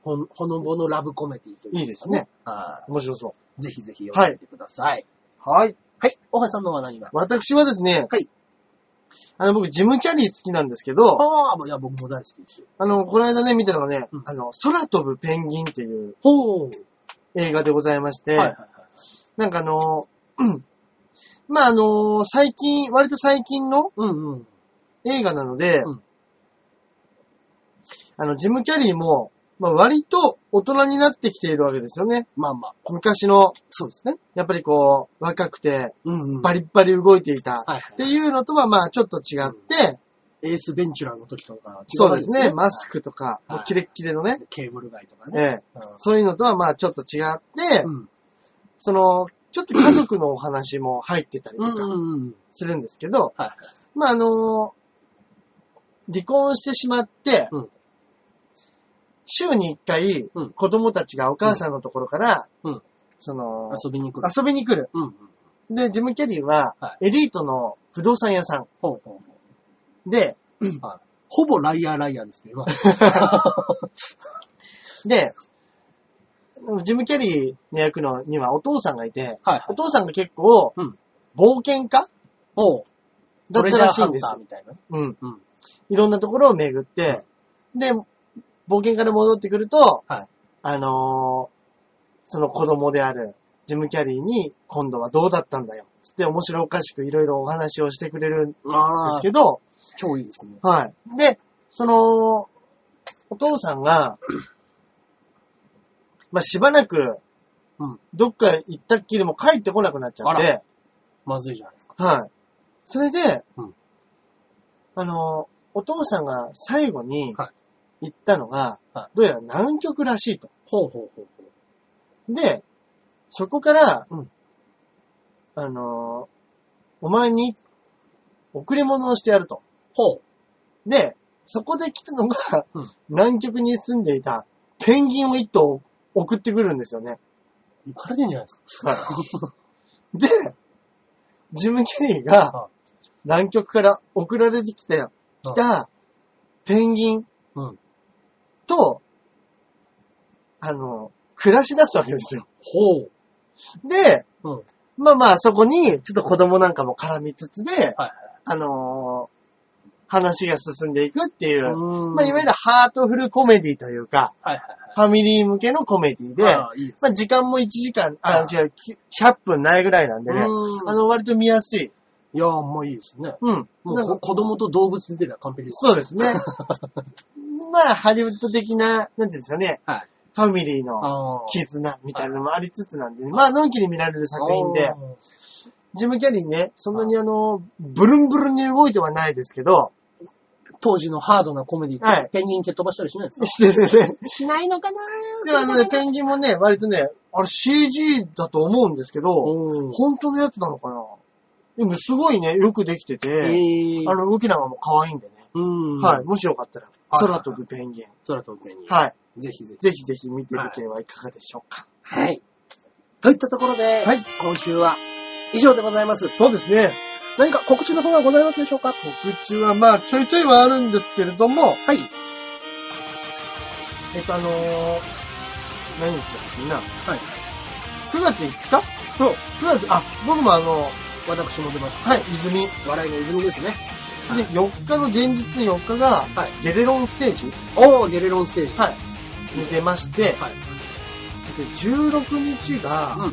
Speaker 1: ほんほのぼのラブコメディというか、
Speaker 2: いいですね。
Speaker 1: は
Speaker 2: 面白そ
Speaker 1: い。ぜひぜひ読んでみてください。はい。
Speaker 2: う。はい。
Speaker 1: 大橋さんのは何が
Speaker 2: 私はですね、
Speaker 1: はい。
Speaker 2: あの、僕、ジムキャリー好きなんですけど、
Speaker 1: ああ、いや、僕も大好きですよ。
Speaker 2: あの、この間ね、見たのがね、
Speaker 1: うん
Speaker 2: あの、空飛ぶペンギンっていう
Speaker 1: ほう。
Speaker 2: 映画でございまして、
Speaker 1: はいはいはい。
Speaker 2: なんかあの、うんまあ、あの、最近、割と最近の
Speaker 1: うんうん。
Speaker 2: 映画なので、
Speaker 1: うん
Speaker 2: あの、ジム・キャリーも、まあ、割と大人になってきているわけですよね。
Speaker 1: まあまあ、
Speaker 2: 昔の、
Speaker 1: そうですね。
Speaker 2: やっぱりこう、若くて、
Speaker 1: うんうん。
Speaker 2: バリッバリ動いていた。
Speaker 1: はい
Speaker 2: っ
Speaker 1: は
Speaker 2: ていうのとは、まあ、ちょっと違って、
Speaker 1: い。エースベンチュラーの時とかは違
Speaker 2: そうですね、マス
Speaker 1: ク。
Speaker 2: クとか、
Speaker 1: はい
Speaker 2: キレッキレのね、
Speaker 1: ケーブル街とか
Speaker 2: え
Speaker 1: ね。
Speaker 2: えそういうのとは、まあ、ちょっと違って、
Speaker 1: うん。
Speaker 2: その、ちょっと家族のお話も入ってたりと
Speaker 1: うんう
Speaker 2: か
Speaker 1: んうん。
Speaker 2: するんですけど、
Speaker 1: はいはい
Speaker 2: まあ、あの離婚してしまって、
Speaker 1: うん
Speaker 2: 週に一回
Speaker 1: うん、
Speaker 2: 子供たちがお母さんのところから、
Speaker 1: うん
Speaker 2: その、
Speaker 1: 遊びに来る。
Speaker 2: 遊びに来る。
Speaker 1: うんうん。
Speaker 2: で、ジム・キャリーは
Speaker 1: は、
Speaker 2: エリートの不動産屋さ
Speaker 1: ほうほうほう。
Speaker 2: んで、
Speaker 1: ほぼライアーライアーです けど、今
Speaker 2: で、ジム・キャリーの役のにはお父さんがいて、
Speaker 1: はい
Speaker 2: お。父さんが結構、
Speaker 1: うん
Speaker 2: 冒険家
Speaker 1: ほう。
Speaker 2: だったらしいんで
Speaker 1: トレジャー
Speaker 2: す
Speaker 1: ハンター。みたいな。
Speaker 2: うん
Speaker 1: うん。
Speaker 2: いろんなところを巡って、で、冒険から戻ってくると、
Speaker 1: はい
Speaker 2: あのーその子供であるジム・キャリーに、今度はどうだったんだよ。つって面白おかしくいろいろお話をしてくれるんで
Speaker 1: あ
Speaker 2: すけど、
Speaker 1: 超いいですね。
Speaker 2: はい。で、その、お父さんが、まあ、しばらく
Speaker 1: うん、
Speaker 2: どっか行ったっきりも帰ってこなくなっちゃっ
Speaker 1: あ
Speaker 2: て、
Speaker 1: まずいじゃないですか。
Speaker 2: はい。それで、
Speaker 1: うん
Speaker 2: あの、お父さんが最後に
Speaker 1: はい
Speaker 2: 行ったのが、
Speaker 1: は
Speaker 2: どうやら南極らしいと。
Speaker 1: ほうほうほうほう。
Speaker 2: で、そこから、
Speaker 1: うん
Speaker 2: あの、お前に贈り物をしてやると。
Speaker 1: ほう。
Speaker 2: で、そこで来たのが、
Speaker 1: うん
Speaker 2: 南極に住んでいたペンギンを一頭送ってくるんですよね。
Speaker 1: 行かれてんじゃないですか。
Speaker 2: で、ジム・ケリーが
Speaker 1: は
Speaker 2: 南極から送られてきた、来たペンギン
Speaker 1: うん
Speaker 2: と、あの、暮らし出すわけですよ。
Speaker 1: ほう。
Speaker 2: で、
Speaker 1: うん。
Speaker 2: まあまあ、そこに、ちょっと子供なんかも絡みつつで、
Speaker 1: はい
Speaker 2: あのー話が進んでいくっていう、ま
Speaker 1: ま
Speaker 2: あ、いわゆるハートフルコメディというか、
Speaker 1: はい
Speaker 2: ファミリー向けのコメディで、
Speaker 1: はい。ああ、いいです
Speaker 2: まあ、時間も1時間、あ、
Speaker 1: ああ
Speaker 2: 違う、き100分ないぐらいなんで
Speaker 1: ね。
Speaker 2: ね、
Speaker 1: うん
Speaker 2: あの、割と見やすい。
Speaker 1: いやー、もういいですね。
Speaker 2: うん。
Speaker 1: も
Speaker 2: な
Speaker 1: うんこ
Speaker 2: か
Speaker 1: 子供と動物出てるら完璧です。
Speaker 2: そうですね。 まあ、ハリウッド的な、なんていうんですかね、
Speaker 1: はい
Speaker 2: ファミリーの
Speaker 1: ああ。
Speaker 2: 絆みたいなのもありつつなんで、まあ、のんきに見られる作品で
Speaker 1: あ、ー。
Speaker 2: ジム・キャリーね、そんなにあの、ブルンブルンに動いてはないですけど、
Speaker 1: 当時のハードなコメディって、
Speaker 2: はい
Speaker 1: ペンギン蹴っ飛ばしたりしないですか
Speaker 2: してね。
Speaker 1: しないのかな
Speaker 2: でもあのね、ペンギンもね、割とね、あれ CG だと思うんですけど、
Speaker 1: おー
Speaker 2: 本当のやつなのかなでもすごいね、よくできて
Speaker 1: え
Speaker 2: て、
Speaker 1: ー
Speaker 2: あの動きなんかも可愛いんでね。
Speaker 1: うん。
Speaker 2: はい。。もしよかったら、
Speaker 1: はい
Speaker 2: 空飛ぶペンギン。
Speaker 1: 空飛ぶペンギン。
Speaker 2: はい。
Speaker 1: ぜひぜひ。
Speaker 2: ぜひぜひ見てみてはいかがでしょうか。
Speaker 1: はい。といったところで、
Speaker 2: はい
Speaker 1: 今週は以上でございます。
Speaker 2: そうですね。
Speaker 1: 何か告知の方はございますでしょうか
Speaker 2: 告知はまあ、ちょいちょいはあるんですけれども、
Speaker 1: はい。
Speaker 2: えっとあのー、何日だっけな。
Speaker 1: はい。
Speaker 2: 9月5日
Speaker 1: そう。
Speaker 2: 9月、あ、僕もあの、
Speaker 1: 私も出ます。
Speaker 2: はい、泉。
Speaker 1: 笑いの泉ですね。
Speaker 2: で、4日の前日の4日が、
Speaker 1: はい
Speaker 2: ゲレロンステージ、
Speaker 1: おー、ゲレロンステージ。
Speaker 2: はい、に出まして、
Speaker 1: はい。
Speaker 2: で16日が、
Speaker 1: うん。
Speaker 2: う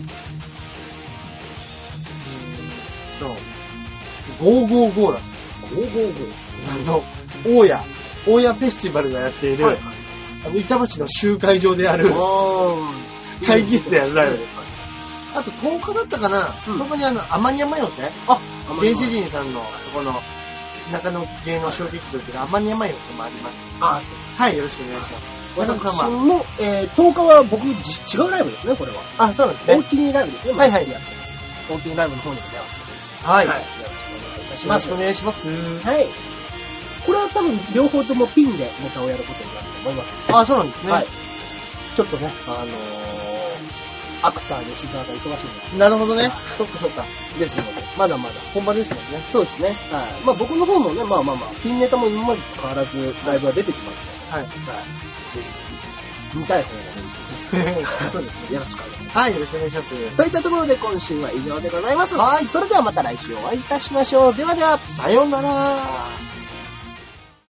Speaker 2: ーんと、555だ。
Speaker 1: 555。
Speaker 2: あの、大谷、大谷フェスティバルがやっている、
Speaker 1: はい。
Speaker 2: あの、板橋の集会場である、
Speaker 1: おー。。
Speaker 2: 会議室でやるライブですあと10日だったかな、
Speaker 1: うん
Speaker 2: そこにあの、アマニアマヨセ、
Speaker 1: あ、
Speaker 2: 原始人さんの、この、中野芸能小劇場でアマニアマヨセもあります。
Speaker 1: あ、そうです。
Speaker 2: はい、よろしくお願いします。
Speaker 1: 私
Speaker 2: 私様
Speaker 1: も、えー、10日は僕、じ違うライブですね、これは。
Speaker 2: あ、そうなんです
Speaker 1: 大
Speaker 2: ね。
Speaker 1: きにライブですね。
Speaker 2: はいはい
Speaker 1: 毎月やってます。大きにライブの方にも出ますので。
Speaker 2: はい。
Speaker 1: よ
Speaker 2: よ
Speaker 1: ろしくお願いいたしま
Speaker 2: ろ
Speaker 1: す。
Speaker 2: しくお願いします。
Speaker 1: はい。これは多分両方ともピンでネタをやることになると思います。
Speaker 2: あ、そうなんですね。
Speaker 1: はい。ちょっとね、あのー、アクター吉沢が忙しいの
Speaker 2: なるほどね
Speaker 1: あ。
Speaker 2: そっかそっか。
Speaker 1: ですので、まだまだ。
Speaker 2: 本番ですもんね。
Speaker 1: そうですね。はい。まあ僕の方もね、まあまあまあ、ピンネタも今までと変わらずライブは出てきます
Speaker 2: はい。
Speaker 1: ので、はい。ぜひ、見たい方が見に来てください そうですね。よろしくお願いします。
Speaker 2: はい、よろしくお願いします。
Speaker 1: といったところで今週は以上でございます。
Speaker 2: はい
Speaker 1: それではまた来週お会いいたしましょう。ではでは、
Speaker 2: さようなら。